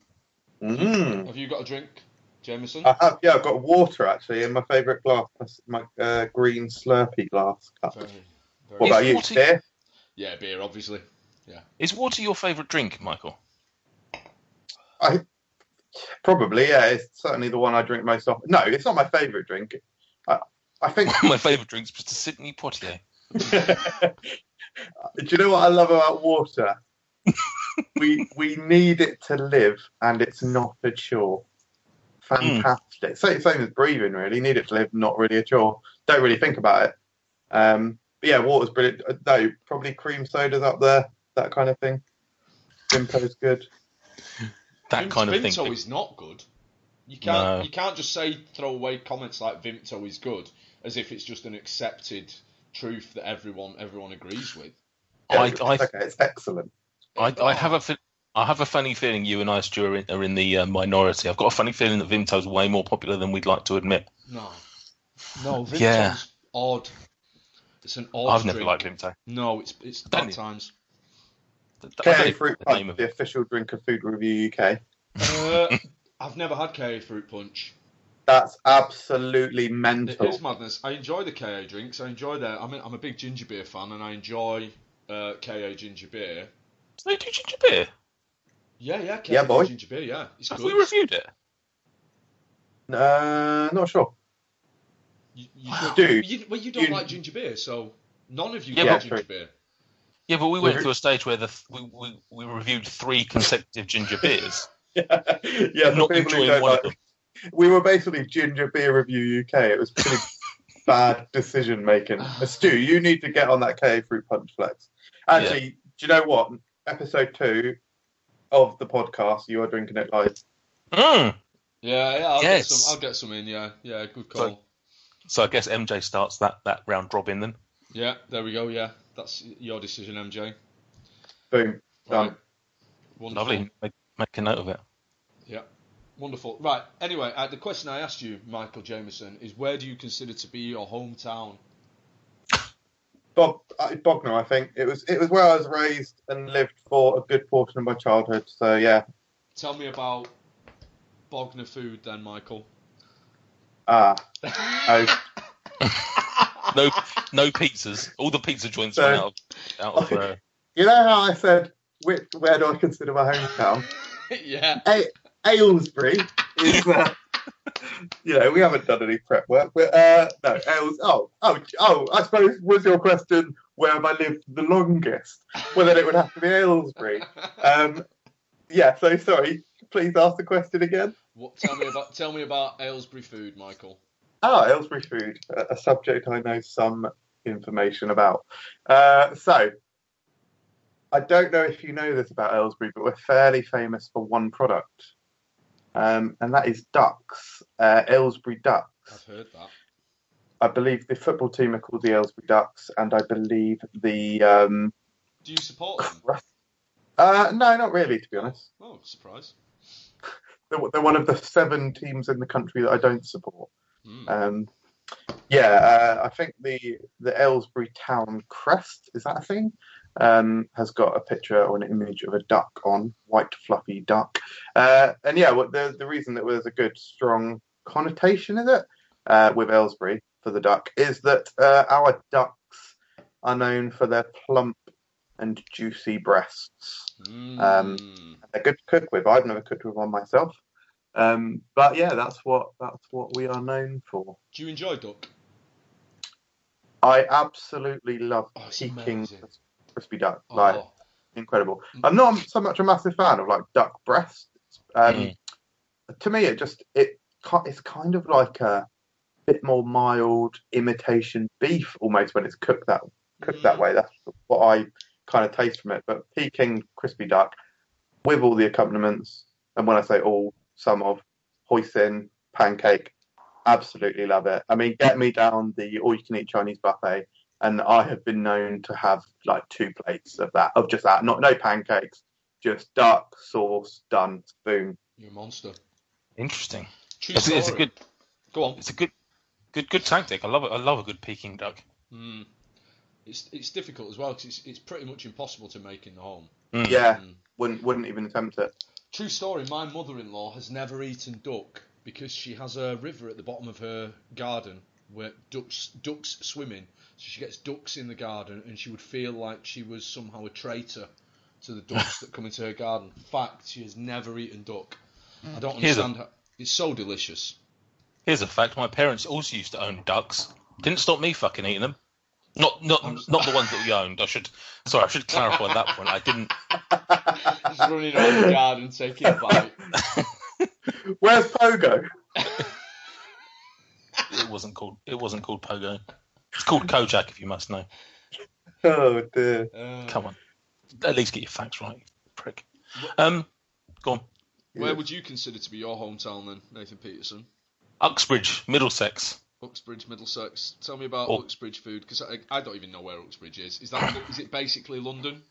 Speaker 3: Mm.
Speaker 1: Have you got a drink, Jameson?
Speaker 3: I have, yeah, I've got water actually in my favourite glass, That's my uh, green Slurpee glass cup.
Speaker 1: Very, very
Speaker 3: What about
Speaker 2: Is
Speaker 3: you,
Speaker 2: water-
Speaker 3: dear?
Speaker 1: Yeah, beer, obviously.
Speaker 2: Is water your favourite drink, Michael?
Speaker 3: Probably, yeah. It's certainly the one I drink most often. No, it's not my favourite drink. I, I think.
Speaker 2: My favourite drink's Mr. Sydney Poitier.
Speaker 3: Do you know what I love about water? we we need it to live, and it's not a chore. Fantastic. Same, same as breathing, really. Need it to live, not really a chore. Don't really think about it. Um, but yeah, water's brilliant. Uh, No, probably cream sodas up there, that kind of thing. Jimpo's good.
Speaker 2: That
Speaker 1: Vimt-
Speaker 2: kind of thing.
Speaker 1: Vimto is not good. You can't
Speaker 2: No.
Speaker 1: you can't just say throw away comments like Vimto is good as if it's just an accepted truth that everyone everyone agrees with.
Speaker 2: I,
Speaker 3: Yeah,
Speaker 2: I
Speaker 3: okay, it's excellent.
Speaker 2: I, I have a fe- I have a funny feeling you and I, Stu, are in, are in the uh, minority. I've got a funny feeling that Vimto's way more popular than we'd like to admit.
Speaker 1: No. No, Vimto's
Speaker 2: Yeah.
Speaker 1: odd. It's an odd
Speaker 2: I've never
Speaker 1: drink.
Speaker 2: liked limto.
Speaker 1: No, it's it's
Speaker 2: Don't
Speaker 1: bad
Speaker 2: you?
Speaker 1: times.
Speaker 3: Curry Fruit
Speaker 2: the name
Speaker 3: Punch,
Speaker 2: of
Speaker 3: the
Speaker 2: it.
Speaker 3: official drink of Food Review UK.
Speaker 1: Uh, I've never had KA fruit punch.
Speaker 3: That's absolutely
Speaker 1: It is
Speaker 3: mental.
Speaker 1: madness. I enjoy the KA drinks. I enjoy their. I mean, I'm a big ginger beer fan, and I enjoy uh, KA ginger beer.
Speaker 2: Do they do ginger beer?
Speaker 1: Yeah, yeah, KA
Speaker 3: Yeah, boy.
Speaker 1: ginger beer. Yeah, it's
Speaker 2: Have
Speaker 1: good.
Speaker 2: we reviewed it?
Speaker 3: Uh, not sure.
Speaker 1: You, you don't,
Speaker 3: Dude,
Speaker 1: you, well, you don't
Speaker 3: you-
Speaker 1: like ginger beer, so none of you
Speaker 2: Yeah,
Speaker 1: like
Speaker 3: but-
Speaker 1: ginger beer.
Speaker 2: Yeah, but we
Speaker 3: We
Speaker 2: went
Speaker 3: re-
Speaker 2: through a stage where the th- we, we, we reviewed three consecutive ginger beers,
Speaker 3: yeah, for
Speaker 2: not
Speaker 3: people who
Speaker 2: enjoying
Speaker 3: don't
Speaker 2: one
Speaker 3: like-
Speaker 2: of them.
Speaker 3: we were basically ginger beer review UK. It was pretty bad decision making. Uh, Stu, you need to get on that KA fruit punch flex. Actually, do you know what? Episode two of the podcast, you are drinking it live.
Speaker 2: Mm.
Speaker 1: Yeah, yeah, I'll
Speaker 2: Yes.
Speaker 1: get some. I'll get some in. Yeah, yeah, good call.
Speaker 2: So- So I guess MJ starts that, that round robin then.
Speaker 1: yeah, there we go. Yeah, that's your decision, MJ.
Speaker 3: Boom, done.
Speaker 1: Right. Wonderful.
Speaker 2: Lovely. Make, make a note of it.
Speaker 1: Wonderful. Right. Anyway, uh, the question I asked you, Michael Jameson, is where do you consider to be your hometown?
Speaker 3: Bob uh, Bognor, I think it was. It was where I was raised and lived for a good portion of my childhood. So yeah,
Speaker 1: Tell me about Bognor food, then, Michael.
Speaker 3: ah,
Speaker 1: I,
Speaker 3: I-
Speaker 2: Oh. No no pizzas. All the pizza joints
Speaker 3: So-
Speaker 2: went out of, out of uh,
Speaker 3: you know how I said which, where do I consider my hometown?
Speaker 1: yeah.
Speaker 3: Aylesbury is. Uh, you know, we haven't done any prep work, but uh, no, Ailes. Oh, oh, oh. I suppose was your question where have I lived the longest? Well, then it would have to be Aylesbury.
Speaker 2: Uh,
Speaker 3: Um, yeah. So sorry. Please ask the question again.
Speaker 1: What, tell me about tell me about Aylesbury food, Michael.
Speaker 3: Ah, Aylesbury food, a- a subject I know some information about. Uh, so, I don't know if you know this about Aylesbury, but we're fairly famous for one product, um, and that is ducks, uh, Aylesbury
Speaker 1: I've
Speaker 3: ducks.
Speaker 1: heard that.
Speaker 3: I believe the football team are called the Aylesbury Ducks, and I believe the. Um,
Speaker 1: Do you support them?
Speaker 3: uh, no, not really, to be honest.
Speaker 1: Oh, surprise.
Speaker 3: They're, they're one of the seven teams in the country that I don't support.
Speaker 1: Hmm.
Speaker 3: Um, yeah, uh, I think the the Aylesbury Town crest is that a thing? Um, has got a picture or an image of a duck on white fluffy duck, uh, and yeah, what the the reason that there's a good strong connotation is it uh, with Aylesbury for the duck is that uh, our ducks are known for their plump and juicy breasts
Speaker 1: Hmm.
Speaker 3: um, they're good to cook with. I've never cooked with one myself, um, but yeah, that's what that's what we are known for.
Speaker 1: Do you enjoy duck?
Speaker 3: I absolutely love
Speaker 1: Oh, it's
Speaker 3: peeking
Speaker 1: amazing.
Speaker 3: crispy duck,
Speaker 1: Oh, Mm.
Speaker 3: like incredible. I'm not so much a massive fan of like duck breast. Um,
Speaker 2: Mm.
Speaker 3: To me, it just it ki- it's kind of like a bit more mild imitation beef almost when it's cooked that cooked that
Speaker 1: Mm.
Speaker 3: way. That's what I kind of taste from it. But Peking crispy duck with all the accompaniments, and when I say all, some of hoisin, pancake, absolutely love it. I mean, get me down the all-you-can-eat Chinese buffet, and I have been known to have like two plates of that, of just that, not no pancakes, just duck sauce, done, boom.
Speaker 1: you're a monster.
Speaker 2: Interesting.
Speaker 1: True
Speaker 2: It's, it's a
Speaker 1: story.
Speaker 2: good
Speaker 1: Go on.
Speaker 2: it's a good good good tactic. I love it. I love a good Peking duck.
Speaker 1: Mm. It's it's difficult as well because it's, it's pretty much impossible to make in the home.
Speaker 2: Mm.
Speaker 3: Yeah,
Speaker 1: Mm.
Speaker 3: wouldn't wouldn't even attempt it.
Speaker 1: True story. My mother-in-law has never eaten duck because she has a river at the bottom of her garden where ducks ducks swim in. So she gets ducks in the garden, and she would feel like she was somehow a traitor to the ducks that come into her garden. Fact, she has never eaten duck. I don't
Speaker 2: Here's a-
Speaker 1: understand. How, it's so delicious.
Speaker 2: Here's a fact: my parents also used to own ducks. Didn't stop me fucking eating them. Not not
Speaker 1: I'm s-
Speaker 2: not the ones that we owned. I should sorry. I should clarify that point. I didn't.
Speaker 1: Just running around the garden taking a bite.
Speaker 3: Where's Pogo?
Speaker 2: It wasn't called. It wasn't called Pogo. It's called Kojak, if you must know.
Speaker 3: Oh dear.
Speaker 1: Uh,
Speaker 2: Come on, at least get your facts right, prick. Um, go on.
Speaker 1: Where would you consider to be your hometown then, Nathan Peterson?
Speaker 2: Uxbridge, Middlesex.
Speaker 1: Uxbridge, Middlesex. Tell me about
Speaker 2: Oh.
Speaker 1: Uxbridge food because I, I don't even know where Uxbridge is. Is that is it basically London?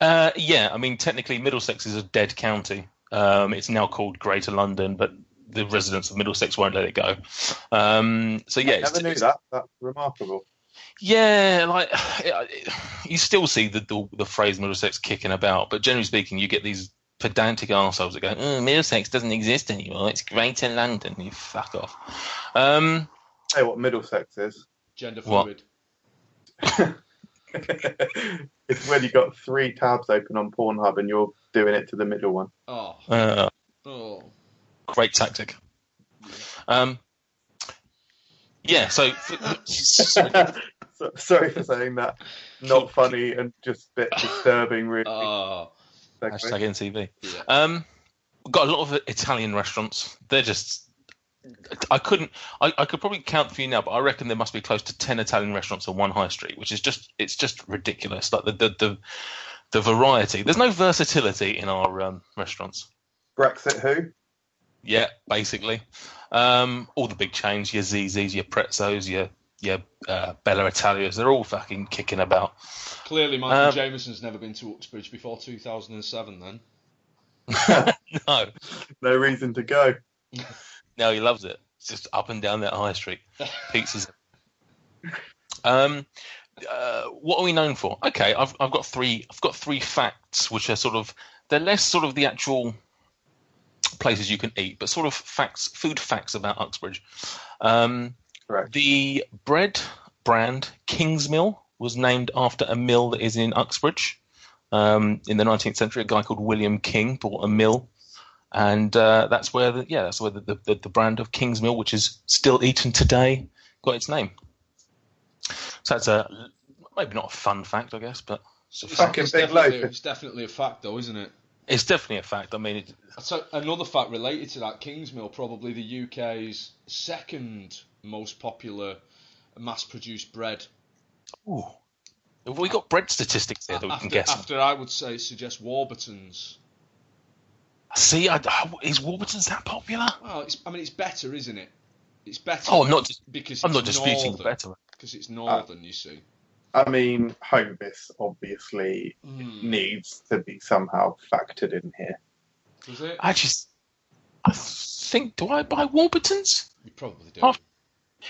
Speaker 2: Uh, yeah, I mean, technically, Middlesex is a dead county. Um, it's now called Greater London, but the residents of Middlesex won't let it go. Um, so yeah,
Speaker 3: Never
Speaker 2: it's,
Speaker 3: knew
Speaker 2: it's-
Speaker 3: that. That's remarkable.
Speaker 2: Yeah, like it, you still see the, the the phrase Middlesex kicking about, but generally speaking, you get these pedantic arseholes that go, oh, Middlesex doesn't exist anymore. It's Greater London. You fuck off. Um,
Speaker 3: Tell you what Middlesex is.
Speaker 1: Gender
Speaker 2: What?
Speaker 1: fluid.
Speaker 3: it's when you got three tabs open on Pornhub and you're doing it to the middle one.
Speaker 1: Oh,
Speaker 2: uh,
Speaker 1: oh.
Speaker 2: great tactic. Um, yeah, so
Speaker 3: So- sorry for saying that. Not funny and just a bit disturbing, really.
Speaker 1: Oh,
Speaker 3: Segue.
Speaker 2: hashtag NTV.
Speaker 1: yeah.
Speaker 2: Um, got a lot of Italian restaurants. They're just. I couldn't. I, I could probably count for you now, but I reckon there must be close to ten Italian restaurants on one high street, which is just it's just ridiculous. Like the the the, the variety. There's no versatility in our um, restaurants.
Speaker 3: Brexit who?
Speaker 2: Yeah, basically. Um, all the big chains, your ZZ's, your Prezzos, your your uh, Bella Italias, they're all fucking kicking about.
Speaker 1: Clearly, Michael
Speaker 2: um,
Speaker 1: Jameson's never been to Uxbridge before 2007. Then
Speaker 2: No,
Speaker 3: No reason to go.
Speaker 2: no, he loves it. It's just up and down that high street. Pizzas. um, uh, what are we known for? Okay, I've I've got three. I've got three facts, which are sort of they're less sort of the actual places you can eat, but sort of facts, food facts about Uxbridge. Um,
Speaker 3: Correct.
Speaker 2: The bread brand Kingsmill was named after a mill that is in Uxbridge. Um, in the 19th century, a guy called William King bought a mill, and uh, that's where the, yeah, that's where the, the, the brand of Kingsmill, which is still eaten today, got its name. So that's a maybe not a fun fact, I guess, but it's, a
Speaker 1: It's-
Speaker 2: fact.
Speaker 3: Fucking
Speaker 1: it's
Speaker 3: big
Speaker 1: definitely-
Speaker 3: loaf.
Speaker 1: It's definitely a fact, though, isn't it?
Speaker 2: it's definitely a fact. I mean, it,
Speaker 1: So another fact related to that, Kingsmill probably the UK's second most popular mass-produced bread.
Speaker 2: ooh, have we got bread statistics there that we
Speaker 1: after,
Speaker 2: can guess?
Speaker 1: after I would say suggest Warburton's.
Speaker 2: See, I, is Warburton's that popular?
Speaker 1: Well, it's, I mean, it's better, isn't it? It's better.
Speaker 2: Oh, I'm not. dis-
Speaker 1: because
Speaker 2: I'm
Speaker 1: it's
Speaker 2: not disputing Uh, the
Speaker 1: northern,
Speaker 2: better.
Speaker 1: because it's northern. you see.
Speaker 3: I mean, Hovis obviously
Speaker 2: Hmm.
Speaker 3: needs to be somehow factored in here.
Speaker 1: Does it?
Speaker 2: I just, I think, do I buy Warburtons?
Speaker 1: You probably do.
Speaker 2: Oh.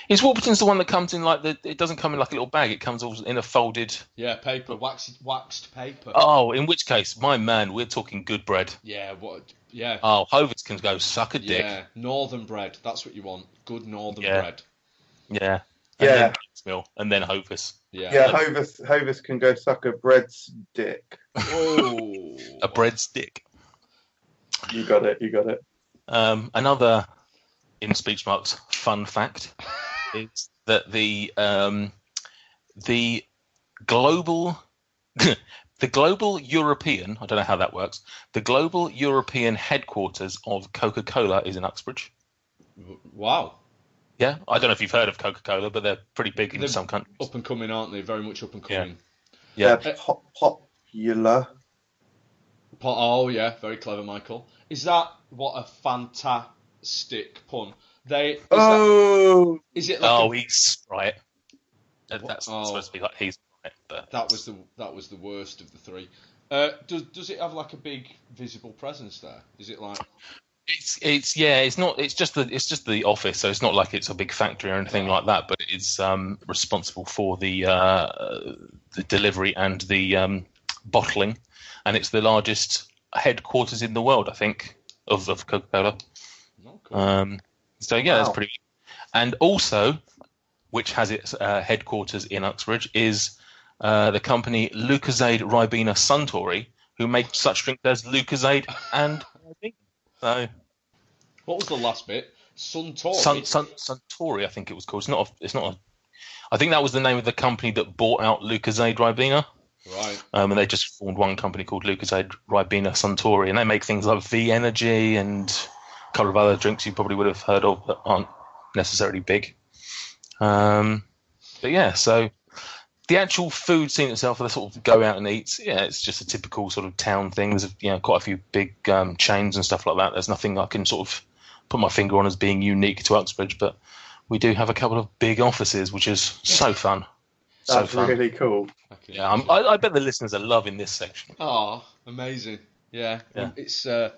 Speaker 2: Is Warburtons the one that comes in like the? It doesn't come in like a little bag. It comes all in a folded.
Speaker 1: Yeah, paper, waxed, waxed paper.
Speaker 2: Oh, in which case, my man, we're talking good bread.
Speaker 1: Yeah, what? Yeah,
Speaker 2: Oh, Hovis can go suck a dick.
Speaker 1: yeah. Northern bread. That's what you want. Good northern
Speaker 2: Yeah.
Speaker 1: bread.
Speaker 2: Yeah. And
Speaker 3: Yeah.
Speaker 2: Then Kingsmill, and then Hovis.
Speaker 1: Yeah.
Speaker 3: Yeah, Hovis, Hovis can go suck a bread's dick.
Speaker 1: Oh.
Speaker 2: A bread stick.
Speaker 3: You got it, you got it.
Speaker 2: Um, another, in speech marks, fun fact is that the um, the global the global European I don't know how that works. The global European headquarters of Coca Cola is in Uxbridge.
Speaker 1: Wow.
Speaker 2: Yeah, I don't know if you've heard of Coca Cola, but they're pretty big in
Speaker 1: They're-
Speaker 2: some countries.
Speaker 1: Up and coming, aren't they? Very much up and
Speaker 2: Yeah.
Speaker 1: coming.
Speaker 2: Yeah.
Speaker 3: They're pop- popular.
Speaker 1: Po- Oh yeah, very clever, Michael. Is that what a fantastic pun? They. Is, that,
Speaker 3: Oh,
Speaker 1: is it like?
Speaker 2: Oh,
Speaker 1: a-
Speaker 2: he's right. That-
Speaker 1: What?
Speaker 2: That's
Speaker 1: Oh.
Speaker 2: supposed to be like he's right, but
Speaker 1: that was the that was the worst of the three. Uh, does does it have like a big visible presence there? Is it like?
Speaker 2: It's it's yeah, it's not it's just the it's just the office, so it's not like it's a big factory or anything like that, but it's um responsible for the uh the delivery and the um bottling and it's the largest headquarters in the world, I think, of, of Coca Cola.
Speaker 1: No, cool.
Speaker 2: Um so yeah, that's
Speaker 3: Wow.
Speaker 2: pretty and also which has its uh, headquarters in Uxbridge is uh, the company Lucasade Ribena Suntory, who make such drinks as Lucasade and Ribena. So
Speaker 1: what was the last bit? Suntory.
Speaker 2: Sun, Sun, Suntory, I think it was called. It's not. A, it's not. A, I think that was the name of the company that bought out Lucasade Ribena,
Speaker 1: Right.
Speaker 2: um, and they just formed one company called Lucasade Ribena Suntory, and they make things like V Energy and a couple of other drinks you probably would have heard of that aren't necessarily big. Um, but yeah, so the actual food scene itself, they sort of go out and eat. Yeah, it's just a typical sort of town thing. There's you know quite a few big um, chains and stuff like that. There's nothing I can sort of put my finger on as being unique to Uxbridge, but we do have a couple of big offices, which is so fun. So
Speaker 3: that's
Speaker 2: fun.
Speaker 3: really cool.
Speaker 1: Okay.
Speaker 2: Yeah, I'm, I, I bet the listeners are loving this section.
Speaker 1: Oh, amazing. Yeah.
Speaker 2: Yeah.
Speaker 1: It's uh,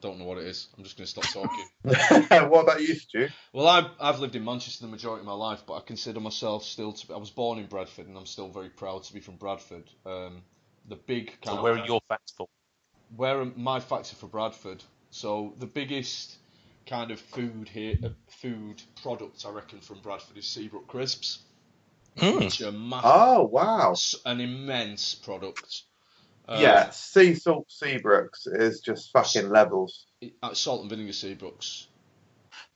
Speaker 1: Don't know what it is. I'm just going to stop talking.
Speaker 3: what about you, Stu?
Speaker 1: well, I, I've lived in Manchester the majority of my life, but I consider myself still to be. I was born in Bradford, and I'm still very proud to be from Bradford. Um, the big kind
Speaker 2: So
Speaker 1: of
Speaker 2: where are your facts for?
Speaker 1: where am- my facts are for Bradford. So the biggest kind of food here, uh, food product I reckon from Bradford is Seabrook crisps,
Speaker 2: Mm.
Speaker 1: which are massive,
Speaker 3: Oh, wow.
Speaker 1: s- an immense product. Uh,
Speaker 3: yeah, sea salt Seabrooks is just fucking levels.
Speaker 1: it- uh, salt and vinegar Seabrooks.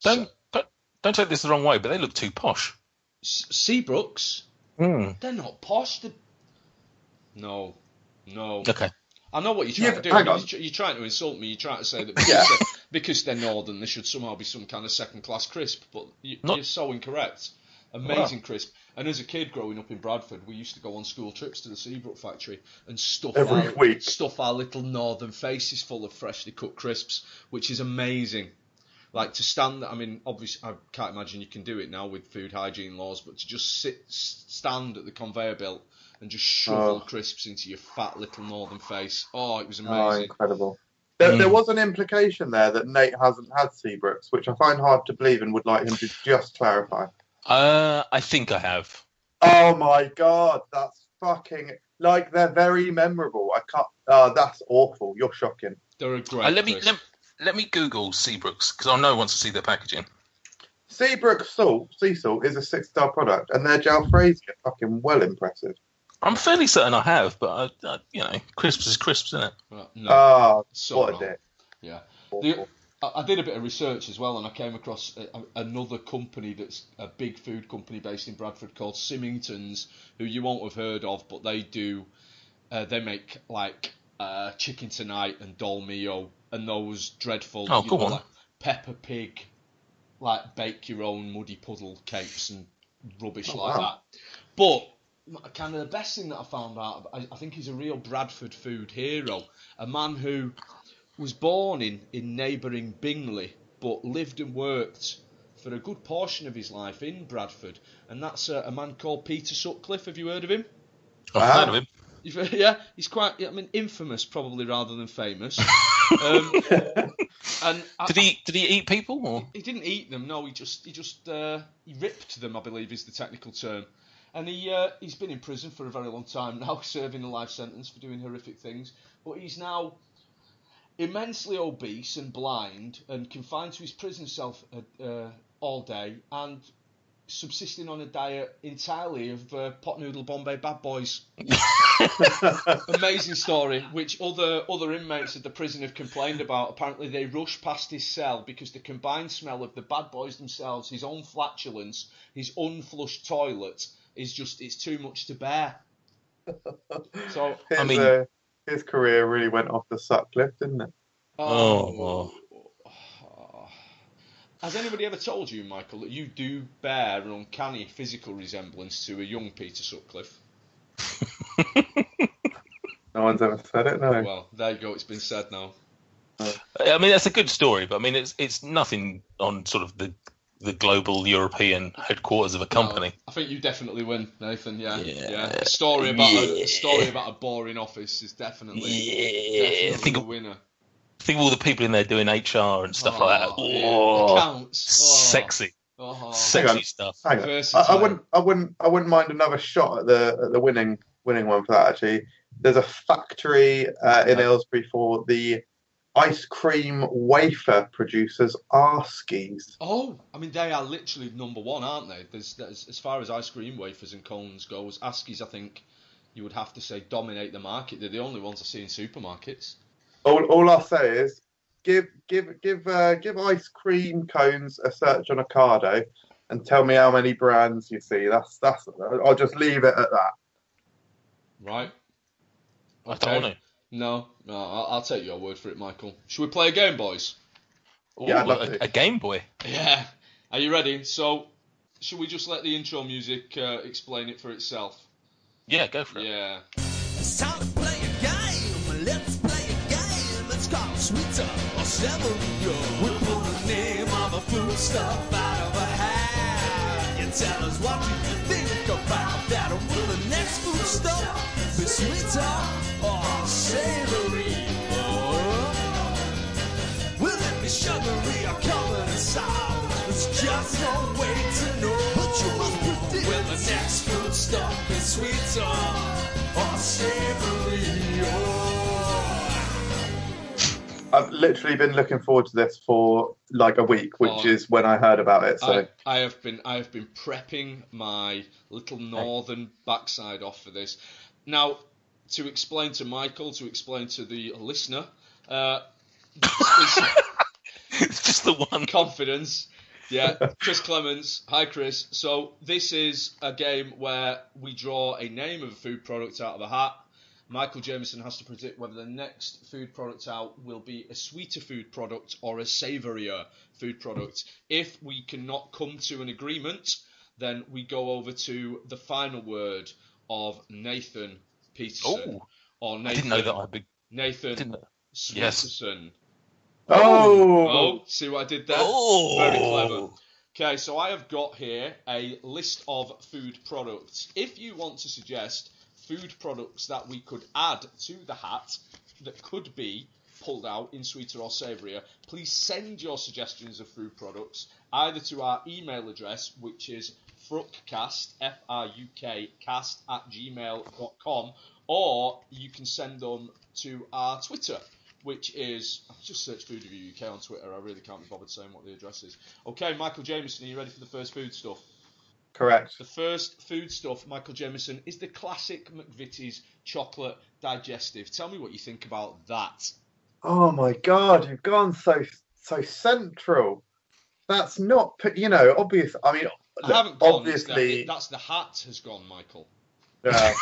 Speaker 2: Don't don't don't take this the wrong way, but they look too posh.
Speaker 1: S- Seabrooks,
Speaker 2: Mm.
Speaker 1: they're not posh. They're... No, no.
Speaker 2: Okay.
Speaker 1: I know what you're trying
Speaker 3: Yeah,
Speaker 1: to do.
Speaker 3: hang
Speaker 1: You're,
Speaker 3: on.
Speaker 1: tr- you're trying to insult me. You're trying to say that because,
Speaker 3: Yeah.
Speaker 1: they're, because they're northern, they should somehow be some kind of second class crisp. But you,
Speaker 2: Not-
Speaker 1: you're so incorrect. Amazing crisp. And as a kid growing up in Bradford, we used to go on school trips to the Seabrook factory and stuff
Speaker 3: Every
Speaker 1: our,
Speaker 3: week.
Speaker 1: stuff our little northern faces full of freshly cut crisps, which is amazing. Like to stand, I mean, obviously, I can't imagine you can do it now with food hygiene laws, but to just sit, s- stand at the conveyor belt and just shovel
Speaker 3: Oh.
Speaker 1: crisps into your fat little northern face. Oh, it was
Speaker 3: Oh,
Speaker 1: amazing.
Speaker 3: incredible. There, there
Speaker 2: Mm.
Speaker 3: was an implication there that Nate hasn't had Seabrooks, which I find hard to believe and would like him to just clarify.
Speaker 2: Uh, I think I have.
Speaker 3: Oh my god, that's fucking like they're very memorable. I can't. Uh, that's awful. You're shocking.
Speaker 1: They're a great.
Speaker 2: Uh, let me
Speaker 1: crisp.
Speaker 2: let, let me Google Seabrooks because I know I want to see their packaging.
Speaker 3: Seabrook salt, sea salt, is a six-star product, and their jalfrezi are fucking well impressive.
Speaker 2: I'm fairly certain I have, but I, I, you know, crisps is crisps, isn't it?
Speaker 1: Right, no,
Speaker 3: Ah,
Speaker 1: so
Speaker 3: what a
Speaker 1: wrong.
Speaker 3: dick.
Speaker 1: Yeah. I
Speaker 3: Awful.
Speaker 1: I did a bit of research as well, and I came across a, a- another company that's a big food company based in Bradford called Symingtons, who you won't have heard of, but they do, uh, they make like uh, chicken tonight and dolmio and those dreadful,
Speaker 2: Oh,
Speaker 1: you
Speaker 2: go
Speaker 1: know,
Speaker 2: on.
Speaker 1: like pepper pig, like bake your own muddy puddle cakes and rubbish
Speaker 3: Oh,
Speaker 1: like
Speaker 3: wow.
Speaker 1: that. But m- kind of the best thing that I found out, I, I think he's a real Bradford food hero, a man who was born in, in neighbouring Bingley, but lived and worked for a good portion of his life in Bradford, and that's a, a man called Peter Sutcliffe. Have you heard of him?
Speaker 2: I've
Speaker 3: Ah.
Speaker 2: heard of him.
Speaker 1: You've- yeah, he's quite. I mean, infamous probably rather than famous. um, and I,
Speaker 2: Did he did he eat people? Or?
Speaker 1: he didn't eat them. No, he just he just uh, he ripped them. I believe is the technical term. And he uh, he's been in prison for a very long time now, serving a life sentence for doing horrific things. But he's now immensely obese and blind and confined to his prison cell uh, uh, all day and subsisting on a diet entirely of uh, pot noodle Bombay Bad Boys. Amazing story, which other other inmates at the prison have complained about. Apparently, they rush past his cell because the combined smell of the bad boys themselves, his own flatulence, his unflushed toilet is just it's too much to bear. So, um,
Speaker 3: His,
Speaker 2: I mean-
Speaker 3: uh, his career really went off the suck cliff, didn't it?
Speaker 2: Oh.
Speaker 1: Has anybody ever told you, Michael, that you do bear an uncanny physical resemblance to a young Peter Sutcliffe?
Speaker 3: No one's ever said it. No.
Speaker 1: Well, there you go. It's been said now.
Speaker 2: I mean, that's a good story, but I mean, it's it's nothing on sort of the the global European headquarters of a company.
Speaker 1: Uh, I think you definitely win, Nathan. Yeah, yeah.
Speaker 2: Yeah.
Speaker 1: A story about A,
Speaker 2: Yeah.
Speaker 1: a story about a boring office is definitely,
Speaker 2: Yeah,
Speaker 1: definitely
Speaker 2: think
Speaker 1: the
Speaker 2: of,
Speaker 1: winner.
Speaker 2: think of all the people in there doing HR and stuff like that.
Speaker 1: Oh, yeah.
Speaker 2: Oh,
Speaker 1: Accounts. Oh,
Speaker 2: sexy,
Speaker 1: Oh.
Speaker 3: Hang
Speaker 2: sexy
Speaker 3: on.
Speaker 2: stuff.
Speaker 3: Hang on. I,
Speaker 1: Versatile.
Speaker 3: I wouldn't. I wouldn't. I wouldn't mind another shot at the at the winning winning one for that. Actually, there's a factory uh, in Aylesbury for the ice cream wafer producers Arskies.
Speaker 1: Oh, I mean they are literally number one, aren't they? There's, there's as far as ice cream wafers and cones goes, Askies I think you would have to say dominate the market. They're the only ones I see in supermarkets.
Speaker 3: All, all I'll say is give give give uh, give ice cream cones a search on Ocado and tell me how many brands you see. That's that's. I'll just leave it at that.
Speaker 1: Right?
Speaker 2: I don't want
Speaker 1: No, no, I'll, I'll take your word for it, Michael. Should we play a game, boys?
Speaker 2: to.
Speaker 3: Yeah, I'd
Speaker 2: Ooh,
Speaker 3: love
Speaker 2: a,
Speaker 3: to.
Speaker 2: a Game Boy.
Speaker 1: Yeah. Are you ready? So, should we just let the intro music uh, explain it for itself?
Speaker 2: Yeah, go for it.
Speaker 1: Yeah.
Speaker 4: It's time to play a game. Let's play a game. It's called Sweeter or Severio. We'll pull the name of a food stuff out of a hat. You tell us what you think about that. Or will the next food stuff be sweeter or savory? We'll bitter or savory. Oh.
Speaker 3: I've literally been looking forward to this for like a week, which
Speaker 1: Oh.
Speaker 3: is when I heard about it. So
Speaker 1: I, I have been I have been prepping my little northern backside off for this. Now, to explain to Michael, to explain to the listener, uh, this is
Speaker 2: it's just the one.
Speaker 1: confidence. Yeah, Chris Clemens. Hi, Chris. So this is a game where we draw a name of a food product out of a hat. Michael Jameson has to predict whether the next food product out will be a sweeter food product or a savourier food product. If we cannot come to an agreement, then we go over to the final word of Nathan Peterson.
Speaker 2: Oh,
Speaker 1: or Nathan,
Speaker 2: I didn't know that. I be-
Speaker 1: Nathan
Speaker 2: didn't. know- Yes.
Speaker 1: Sweeterson.
Speaker 3: oh,
Speaker 1: Oh, see what I did there?
Speaker 2: Oh.
Speaker 1: Very clever. Okay, so I have got here a list of food products. If you want to suggest food products that we could add to the hat that could be pulled out in sweeter or savourier, please send your suggestions of food products either to our email address, which is fruckcast, F R U K, cast at gmail.com, or you can send them to our Twitter which is I've just searched Food Review UK on Twitter. I really can't be bothered saying what the address is. Okay, Michael Jameson, are you ready for the first food stuff?
Speaker 3: correct.
Speaker 1: The first food stuff, Michael Jameson, is the classic McVitie's chocolate digestive. Tell me what you think about that.
Speaker 3: Oh my god, you've gone so so central. That's not p- you know obvious. I mean,
Speaker 1: I
Speaker 3: look,
Speaker 1: haven't gone.
Speaker 3: obviously,
Speaker 1: that's the hat has gone, Michael.
Speaker 3: uh,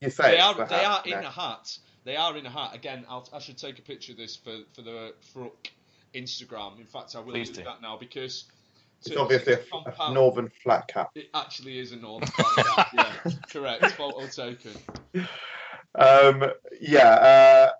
Speaker 3: you say
Speaker 1: They
Speaker 3: it's
Speaker 1: are
Speaker 3: the
Speaker 1: they are
Speaker 3: hat,
Speaker 1: in
Speaker 3: yeah.
Speaker 1: a hat. They are in a hat. Again, I'll, I should take a picture of this for for the Fruck Instagram. In fact, I will
Speaker 2: Please
Speaker 1: do,
Speaker 2: do.
Speaker 1: that now because
Speaker 3: It's obviously a, f- a northern flat cap.
Speaker 1: It actually is a norm. yeah, correct. Photo taken.
Speaker 3: Um, yeah, uh,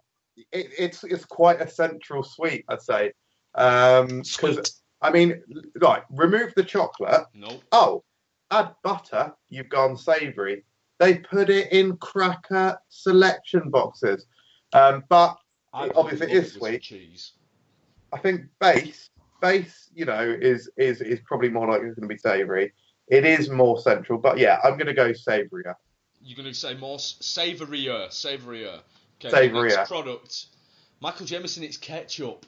Speaker 3: it, it's it's quite a central sweet, I'd say. Um, 'cause,
Speaker 2: Sweet.
Speaker 3: I mean, right, remove the chocolate.
Speaker 1: Nope.
Speaker 3: Oh, add butter. You've gone savoury. They put it in cracker selection boxes, um, but
Speaker 1: I
Speaker 3: Obviously, it
Speaker 1: love
Speaker 3: is
Speaker 1: with
Speaker 3: sweet.
Speaker 1: Cheese.
Speaker 3: I think base base, you know, is is is probably more likely going to be savoury. It is more central, but yeah, I'm going to go savourier.
Speaker 1: You're going to say more s- savourier, savourier. Okay,
Speaker 3: Savourier.
Speaker 1: next product. Michael Jameson, it's ketchup.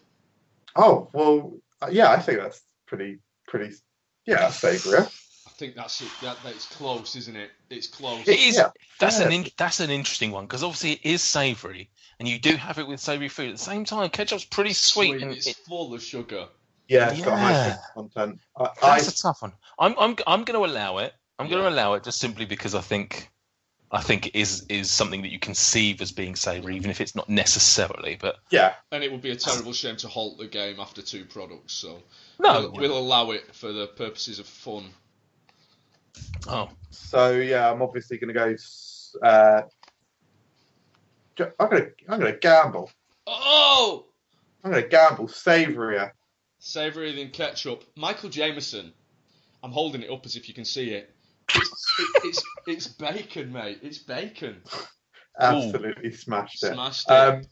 Speaker 3: Oh well, uh, yeah, I think that's pretty pretty. Yeah, savourier.
Speaker 1: I think that's it. That, that's close, isn't it? It's close.
Speaker 2: It is.
Speaker 3: Yeah.
Speaker 2: That's an
Speaker 3: Yeah.
Speaker 2: in, that's an interesting one because obviously it is savoury, and you do have it with savoury food. At the same time, ketchup's pretty sweet, and
Speaker 1: It's
Speaker 2: it,
Speaker 1: full of sugar.
Speaker 3: Yeah, it's got high
Speaker 2: Yeah.
Speaker 3: content. I, I
Speaker 2: that's a tough one. I'm I'm I'm going to allow it. I'm going
Speaker 1: Yeah.
Speaker 2: to allow it just simply because I think I think it is is something that you conceive as being savoury, even if it's not necessarily. But
Speaker 3: yeah,
Speaker 1: And it would be a terrible shame to halt the game after two products, so
Speaker 2: no,
Speaker 1: we'll, we'll allow it for the purposes of fun.
Speaker 2: oh,
Speaker 3: So yeah, I'm obviously going to go. s- Uh, ju- I'm going to I'm going to gamble.
Speaker 1: Oh!
Speaker 3: I'm going to gamble savourier.
Speaker 1: Savoury than ketchup. Michael Jameson. I'm holding it up as if you can see it. It's, it- it's, it's bacon, mate. It's bacon.
Speaker 3: Absolutely smashed it.
Speaker 1: Smashed it.
Speaker 3: Um,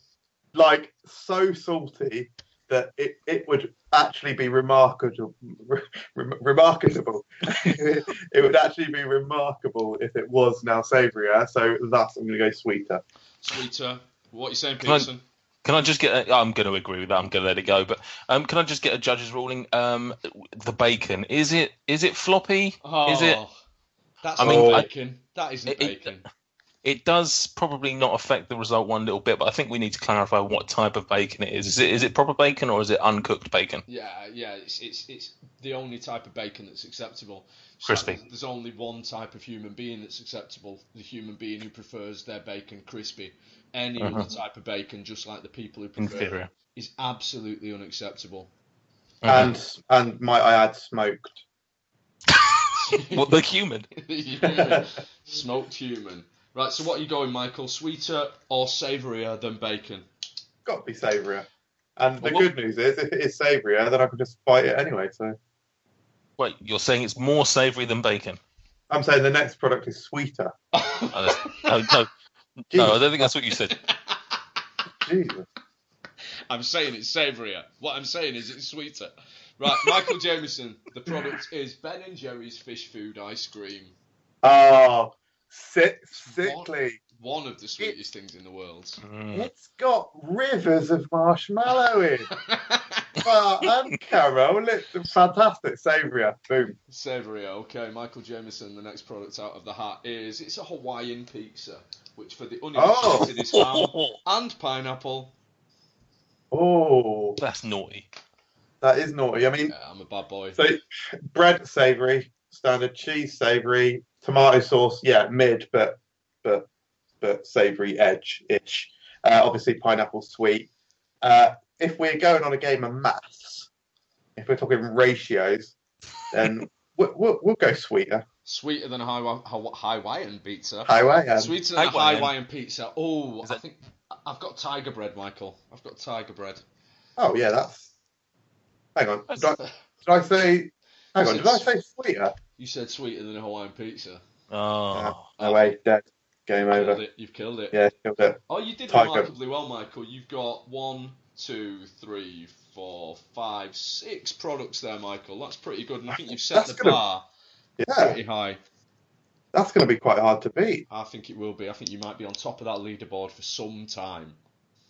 Speaker 3: like so salty that it, it would actually be remarkable. Re, remarkable. it would actually be remarkable if it was now savourier. So thus, I'm going to go sweeter.
Speaker 1: Sweeter. What are you saying,
Speaker 2: Can I-
Speaker 1: Peterson?
Speaker 2: Can I just get? A, I'm going to agree with that. I'm going to let it go. But um, can I just get a judge's ruling? Um, the bacon is it is it floppy?
Speaker 1: Oh,
Speaker 2: Is it?
Speaker 1: That's
Speaker 2: I
Speaker 1: not
Speaker 3: mean, I-
Speaker 1: bacon. that isn't
Speaker 2: It- it-
Speaker 1: bacon.
Speaker 2: It does probably not affect the result one little bit. But I think we need to clarify what type of bacon it is. Is it is it proper bacon or is it uncooked bacon?
Speaker 1: yeah, yeah. It's, it's it's the only type of bacon that's acceptable. It's
Speaker 2: Crispy.
Speaker 1: like There's only one type of human being that's acceptable. The human being who prefers their bacon crispy. Any
Speaker 2: Uh-huh.
Speaker 1: other type of bacon, just like the people who prefer it,
Speaker 2: Inferior.
Speaker 1: is absolutely unacceptable.
Speaker 2: Mhm.
Speaker 3: And and might I add smoked?
Speaker 2: well, the human.
Speaker 1: human. Smoked human. Right. So what are you going, Michael? Sweeter or savourier than bacon?
Speaker 3: Got to be savourier. And the
Speaker 1: Well,
Speaker 3: good news is, if it is savourier, then I can just bite it anyway. So
Speaker 2: Wait, you're saying it's more savoury than bacon?
Speaker 3: I'm saying the next product is sweeter.
Speaker 2: Oh, that's- no, no, no, I
Speaker 3: Jesus,
Speaker 2: don't think that's what you said.
Speaker 3: Jesus.
Speaker 1: I'm saying it's savourier. What I'm saying is it's sweeter. Right, Michael Jameson. The product is Ben and Jerry's fish food ice cream.
Speaker 3: Oh, Sick,
Speaker 1: What?
Speaker 3: sickly.
Speaker 1: One of the sweetest things in the world.
Speaker 2: Mm.
Speaker 3: It's got rivers of marshmallow in. Bar and Carol, it's fantastic. Savoury, boom.
Speaker 1: Savory, okay. Michael Jameson, the next product out of the hat is it's a Hawaiian pizza, which for the uninitiated is ham and pineapple.
Speaker 3: Oh,
Speaker 2: That's naughty.
Speaker 3: that is naughty. I mean,
Speaker 1: Yeah, I'm a bad boy.
Speaker 3: So bread savoury, standard cheese savoury, tomato sauce, yeah, mid, but but but savoury edge ish. Uh, obviously pineapple sweet. Uh, if we're going on a game of maths, if we're talking ratios, then we'll, we'll, we'll go sweeter.
Speaker 1: Sweeter than a Hawa- Hawa- Hawaiian pizza.
Speaker 3: Highway. Um,
Speaker 1: Sweeter than a
Speaker 2: Hawaiian.
Speaker 1: Hawaiian pizza. Oh,
Speaker 2: Is
Speaker 1: I
Speaker 2: it-
Speaker 1: think I've got tiger bread, Michael. I've got tiger bread.
Speaker 3: Oh yeah, that's. Hang on. Did I, did
Speaker 1: That's-
Speaker 3: I say? Hang on.
Speaker 1: Is it
Speaker 3: Did I say sweeter?
Speaker 1: You said sweeter than a Hawaiian pizza.
Speaker 2: Oh,
Speaker 3: No way. Dead. Game
Speaker 1: Killed
Speaker 3: over.
Speaker 1: it. You've killed it.
Speaker 3: Yeah, killed it.
Speaker 1: Oh, you did
Speaker 3: Tiger.
Speaker 1: remarkably well, Michael. You've got one, two, three, four, five, six products there, Michael. That's pretty good, and I think you've set
Speaker 3: That's
Speaker 1: the
Speaker 3: gonna-
Speaker 1: bar
Speaker 3: Yeah,
Speaker 1: pretty high.
Speaker 3: that's going to be quite hard to beat.
Speaker 1: I think it will be. I think you might be on top of that leaderboard for some time,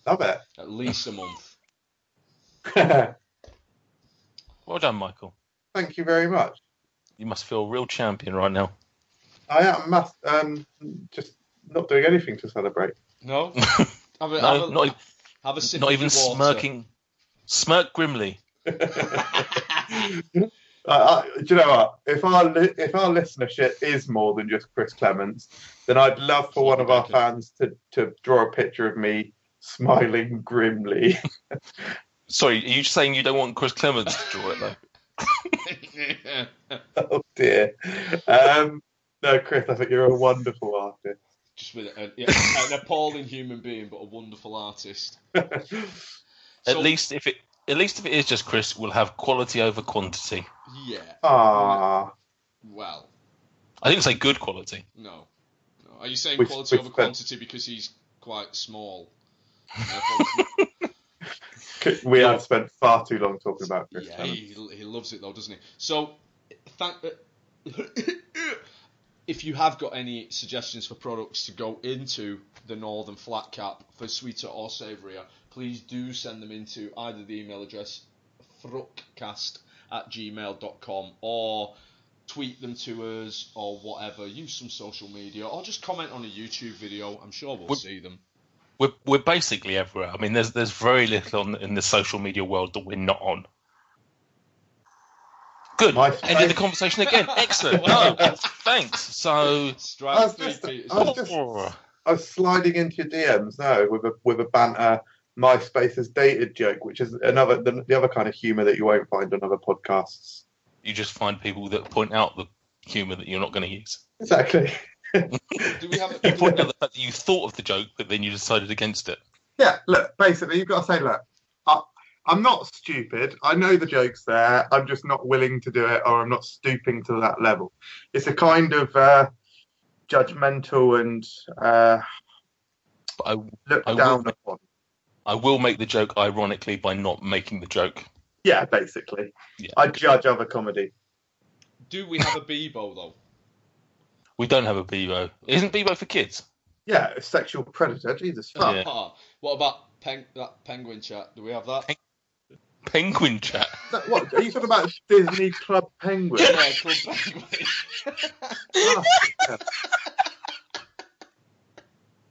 Speaker 3: Love it.
Speaker 1: at least a month.
Speaker 2: well done, Michael.
Speaker 3: Thank you very much.
Speaker 2: You must feel a real champion right now.
Speaker 3: I am mas- um, just not doing anything to celebrate.
Speaker 1: No, have a,
Speaker 2: No,
Speaker 1: have a,
Speaker 2: not, e-
Speaker 1: have a sip
Speaker 2: not
Speaker 1: of
Speaker 2: even
Speaker 1: your water.
Speaker 2: smirking. Smirk grimly.
Speaker 3: Uh, I, do you know what? If our li- if our listenership is more than just Chris Clements, then I'd love for one of our fans to, to draw a picture of me smiling grimly.
Speaker 2: Sorry, are you saying you don't want Chris Clements to draw it though?
Speaker 3: oh dear. Um, no, Chris, I think you're a wonderful artist.
Speaker 1: Just with a, yeah, an appalling human being, but a wonderful artist.
Speaker 2: At
Speaker 1: So-
Speaker 2: least if it, at least if it is just Chris, we'll have quality over quantity.
Speaker 1: Yeah.
Speaker 3: Ah,
Speaker 1: Well,
Speaker 2: I didn't say good quality.
Speaker 1: no. no. Are you saying
Speaker 3: We've-
Speaker 1: quality
Speaker 3: we've
Speaker 1: over
Speaker 3: spent-
Speaker 1: quantity because he's quite small? Therefore,
Speaker 3: we have spent far too long talking about Chris
Speaker 1: Yeah,
Speaker 3: Clements.
Speaker 1: he, he loves it though, doesn't he? So, thank, if you have got any suggestions for products to go into the Northern Flat Cap for sweeter or savourier, please do send them into either the email address fruckcast at gmail.com or tweet them to us or whatever. Use some social media or just comment on a YouTube video. I'm sure we'll
Speaker 2: Would-
Speaker 1: see them.
Speaker 2: We're we're basically everywhere. I mean, there's there's very little on, in the social media world that we're not on. Good.
Speaker 3: My-
Speaker 2: Ended the conversation again. Excellent. No, thanks. So. oh,
Speaker 3: I
Speaker 1: Strike
Speaker 3: was
Speaker 1: three,
Speaker 3: just-
Speaker 1: Peterson.
Speaker 3: I was just- I was sliding into your DMs now with a with a banter MySpace's dated joke, which is another the, the other kind of humour that you won't find on other podcasts.
Speaker 2: you just find people that point out the humour that you're not going to use.
Speaker 3: Exactly.
Speaker 1: Do we have
Speaker 2: You point out the fact that you thought of the joke, but then you decided against it.
Speaker 3: Yeah. Look, basically, you've got to say, look, I, I'm not stupid. I know the joke's there. I'm just not willing to do it, or I'm not stooping to that level. It's a kind of uh, judgmental and uh,
Speaker 2: But
Speaker 3: looked
Speaker 2: I will
Speaker 3: down
Speaker 2: make-
Speaker 3: upon.
Speaker 2: I, I will make the joke ironically by not making the joke.
Speaker 3: Yeah, basically.
Speaker 2: Yeah.
Speaker 3: I judge other comedy.
Speaker 1: do we have a Bebo though?
Speaker 2: We don't have a Bebo. Isn't Bebo for kids?
Speaker 3: Yeah, a sexual predator. Jesus fuck.
Speaker 2: Yeah.
Speaker 1: What about peng- that penguin chat? Do we have that?
Speaker 2: Peng- Penguin chat.
Speaker 3: That- What are you talking about? Disney Club Penguin.
Speaker 1: Yeah, Club Penguin.
Speaker 3: Oh, yeah.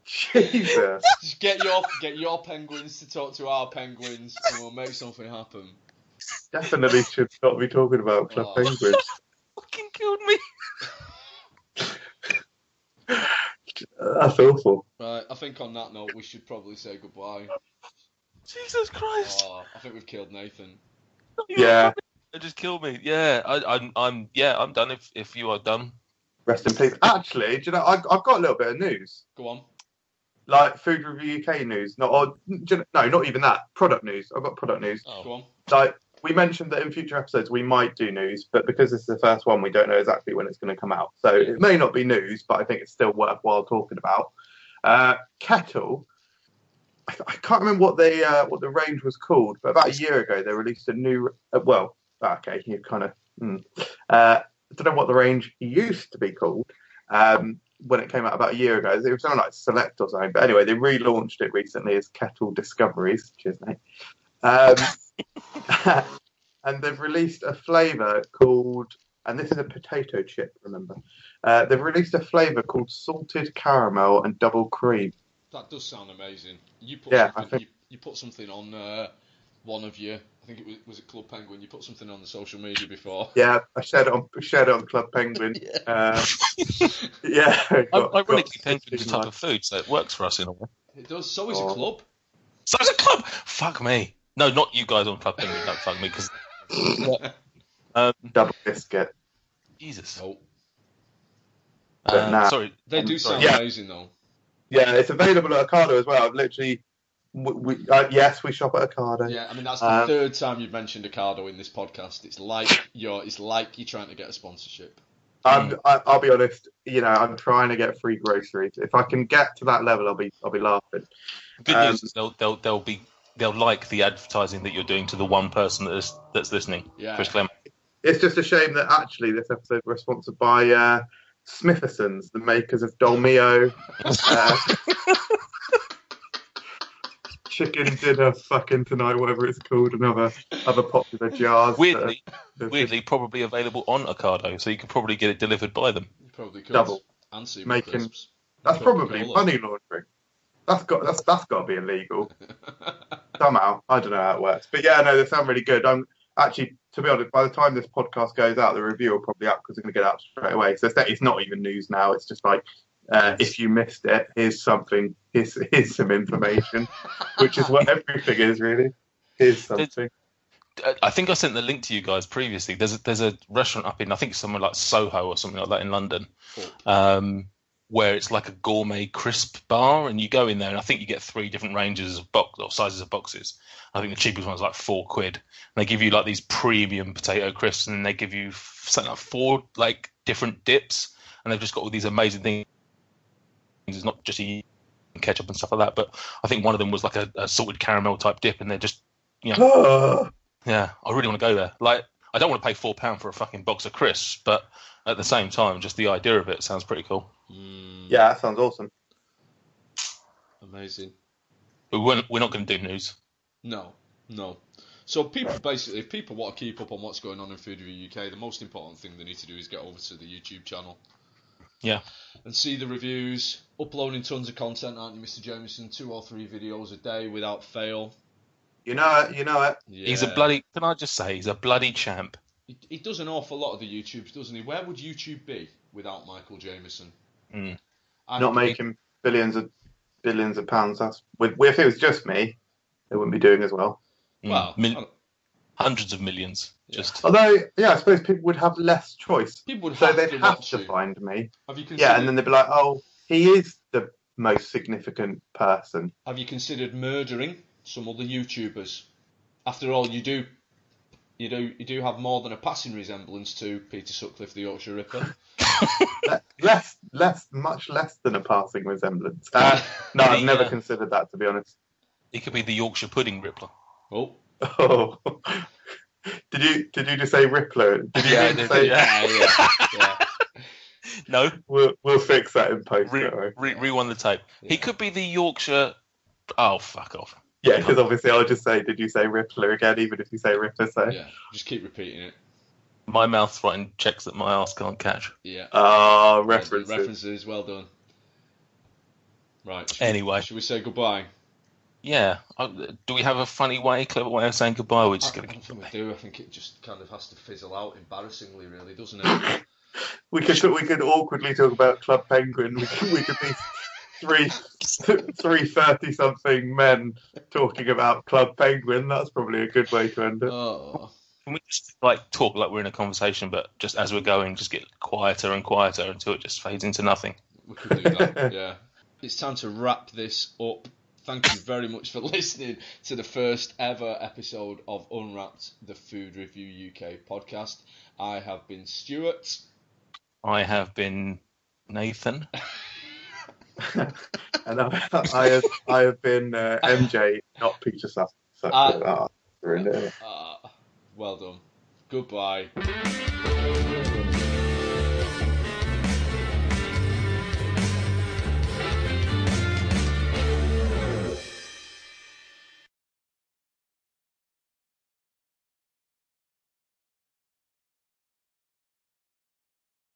Speaker 3: Jesus.
Speaker 1: Just get your get your penguins to talk to our penguins, and we'll make something happen.
Speaker 3: Definitely should not be talking about Club
Speaker 1: Oh.
Speaker 3: Penguin.
Speaker 2: Fucking killed me.
Speaker 3: Uh, That's awful.
Speaker 1: Right, I think on that note, we should probably say goodbye.
Speaker 2: Jesus Christ.
Speaker 1: Oh, I think we've killed Nathan.
Speaker 3: Yeah.
Speaker 2: It just killed me. Yeah. I, I'm. I'm. Yeah. I'm done. If if you are done.
Speaker 3: Rest in peace. Actually, do you know, I, I've got a little bit of news.
Speaker 1: Go on.
Speaker 3: Like Food Review UK news, not or, do you know, no, not even that. Product news. I've got product news.
Speaker 1: Go on.
Speaker 3: Like we mentioned that in future episodes we might do news, but because this is the first one, we don't know exactly when it's going to come out. So it may not be news, but I think it's still worthwhile talking about. Uh, Kettle. I, I can't remember what they uh, what the range was called, but about a year ago they released a new. Uh, well, okay, hmm. you kind of. Mm. Uh, I don't know what the range used to be called, um, when it came out about a year ago. It was something like Select or something. But anyway, they relaunched it recently as Kettle Discoveries. Cheers, mate. Um, and they've released a flavour called, and this is a potato chip, remember. Uh, they've released a flavour called Salted Caramel and Double Cream.
Speaker 1: That does sound amazing. You put
Speaker 3: Yeah, I
Speaker 1: something,
Speaker 3: think-
Speaker 1: you, you put something on uh, one of your. I think it was, was it Club Penguin. You put something on the social media before.
Speaker 3: Yeah, I shared it on, shared it on Club Penguin.
Speaker 1: Yeah.
Speaker 3: Uh, yeah. got- got
Speaker 2: Ironically, penguin's a
Speaker 3: six
Speaker 2: type
Speaker 3: in
Speaker 2: of food, so it works for us in a way.
Speaker 1: It does. So is a
Speaker 3: Oh.
Speaker 1: club.
Speaker 2: So it's a club. Fuck me. No, not you guys on Club Penguin. Don't fuck me, because um,
Speaker 3: my double biscuit.
Speaker 2: Jesus.
Speaker 1: No,
Speaker 3: But
Speaker 2: Uh,
Speaker 3: nah.
Speaker 2: Sorry.
Speaker 1: Oh. they
Speaker 3: I'm
Speaker 1: do
Speaker 3: sorry.
Speaker 1: sound
Speaker 3: Yeah.
Speaker 1: amazing though.
Speaker 3: Yeah, it's available at Ocado as well. I've literally, we, we, uh, yes, we shop at Ocado.
Speaker 1: Yeah, I mean that's the
Speaker 3: Um,
Speaker 1: third time you've mentioned Ocado in this podcast. It's like you're. It's like you're trying to get a sponsorship.
Speaker 3: I'm, I, I'll be honest. You know, I'm trying to get free groceries. If I can get to that level, I'll be I'll be laughing.
Speaker 2: Good
Speaker 3: Um,
Speaker 2: news is they'll they'll they'll be they'll like the advertising that you're doing to the one person that is that's listening.
Speaker 1: Yeah.
Speaker 2: Chris Clement.
Speaker 3: It's just a shame that actually this episode was sponsored by uh, Smithersons, the makers of Dolmio. Uh, Chicken dinner, fucking tonight, whatever it's called, and other other popular jars. that
Speaker 2: Weirdly,
Speaker 3: are-
Speaker 2: weirdly, probably available on Ocado, so you could probably get it delivered by them.
Speaker 1: You probably could.
Speaker 3: Double.
Speaker 1: And super
Speaker 3: Making-
Speaker 1: crisps.
Speaker 3: that's
Speaker 1: Coca-Cola.
Speaker 3: probably money laundering. That's got that's that's got to be illegal. somehow. I don't know how it works, but yeah, no, they sound really good. I'm actually, to be honest, by the time this podcast goes out, the review will probably up because they're going to get it up straight away. So it's, not- it's not even news now. It's just like, uh, if you missed it, here's something. Here's here's some information, which is what everything is really. Here's something.
Speaker 2: Uh, I think I sent the link to you guys previously. There's a, there's a restaurant up in I think somewhere like Soho or something like that in London, um, where it's like a gourmet crisp bar, and you go in there, and I think you get three different ranges of box or sizes of boxes. I think the cheapest one's like four quid, and they give you like these premium potato crisps, and then they give you f- something like four like different dips, and they've just got all these amazing things. It's not just a ketchup and stuff like that, but I think one of them was like a, a salted caramel type dip, and they're just
Speaker 3: Oh,
Speaker 2: yeah, I really want to go there. Like, I don't want to pay four pound for a fucking box of crisps, but at the same time, just the idea of it sounds pretty cool.
Speaker 1: Mm,
Speaker 3: yeah, that sounds awesome.
Speaker 1: Amazing.
Speaker 2: But we're, we're not going to do news.
Speaker 1: No, no. So people basically, if people want to keep up on what's going on in Food Review UK, the most important thing they need to do is get over to the YouTube channel.
Speaker 2: Yeah.
Speaker 1: And see the reviews, uploading tons of content, aren't you, Mr. Jameson? Two or three videos a day without fail.
Speaker 3: You know it. You know it.
Speaker 2: He's a
Speaker 1: Yeah.
Speaker 2: bloody. Can I just say he's a bloody champ?
Speaker 1: He, he does an awful lot of the YouTubes, doesn't he? Where would YouTube be without Michael Jameson? Hmm.
Speaker 2: Mm.
Speaker 1: I-
Speaker 3: Not making billions of billions of pounds. That's with, if it was just me, they wouldn't be doing as well.
Speaker 2: Mm.
Speaker 1: Well, I
Speaker 2: Mil-
Speaker 1: don't-
Speaker 2: hundreds of millions.
Speaker 1: Yeah.
Speaker 2: Just
Speaker 3: Although, yeah, I suppose people would have less choice.
Speaker 1: people would
Speaker 3: So
Speaker 1: have
Speaker 3: they'd
Speaker 1: to
Speaker 3: have
Speaker 1: watch
Speaker 3: to
Speaker 1: you.
Speaker 3: find me.
Speaker 1: Have you considered,
Speaker 3: Yeah, and then they'd be like, oh, he is the most significant person.
Speaker 1: have you considered murdering some other YouTubers? After all, you do, you do, you do have more than a passing resemblance to Peter Sutcliffe, the Yorkshire Ripper.
Speaker 3: Le- less, less, much less than a passing resemblance. Uh, no, I've
Speaker 2: The,
Speaker 3: never
Speaker 2: uh,
Speaker 3: considered that, to be honest.
Speaker 2: he could be the Yorkshire pudding ripper.
Speaker 1: oh,
Speaker 3: Oh. Did you did you just say Rippler? Did you
Speaker 2: Yeah, I
Speaker 3: just
Speaker 2: did,
Speaker 3: say
Speaker 1: yeah, yeah, yeah.
Speaker 2: No,
Speaker 3: we'll, we'll fix that in post?
Speaker 2: re,
Speaker 3: don't worry.
Speaker 2: re, rewind the tape. He
Speaker 1: Yeah.
Speaker 2: could be the Yorkshire. Oh fuck off!
Speaker 3: Yeah, because obviously I'll just say, did you say Rippler again? Even if you say Ripper, so
Speaker 1: yeah. Just keep repeating it.
Speaker 2: My mouth's writing checks that my ass can't catch.
Speaker 1: Yeah.
Speaker 3: ah
Speaker 1: Well done.
Speaker 3: references.
Speaker 1: References. Well done. Right. Should,
Speaker 2: Anyway,
Speaker 1: should we say goodbye?
Speaker 2: yeah. I, do we have a funny way, clever way of saying goodbye? We're just
Speaker 1: I, I
Speaker 2: going to
Speaker 1: don't think we do. I think it just kind of has to fizzle out embarrassingly, really, doesn't it?
Speaker 3: We could we could awkwardly talk about Club Penguin. We could, we could be three three thirty something men talking about Club Penguin. That's probably a good way to end it.
Speaker 1: oh.
Speaker 2: Can we just like talk like we're in a conversation, but just as we're going, just get quieter and quieter until it just fades into nothing?
Speaker 1: We could do that. yeah. It's time to wrap this up. Thank you very much for listening to the first ever episode of Unwrapped, the Food Review UK podcast. I have been Stuart.
Speaker 2: I have been Nathan.
Speaker 3: And I, I have I have been uh, MJ, not Peter Sutton. So
Speaker 1: Uh,
Speaker 3: ah, ruined it, innit?
Speaker 1: Uh, well done. Goodbye.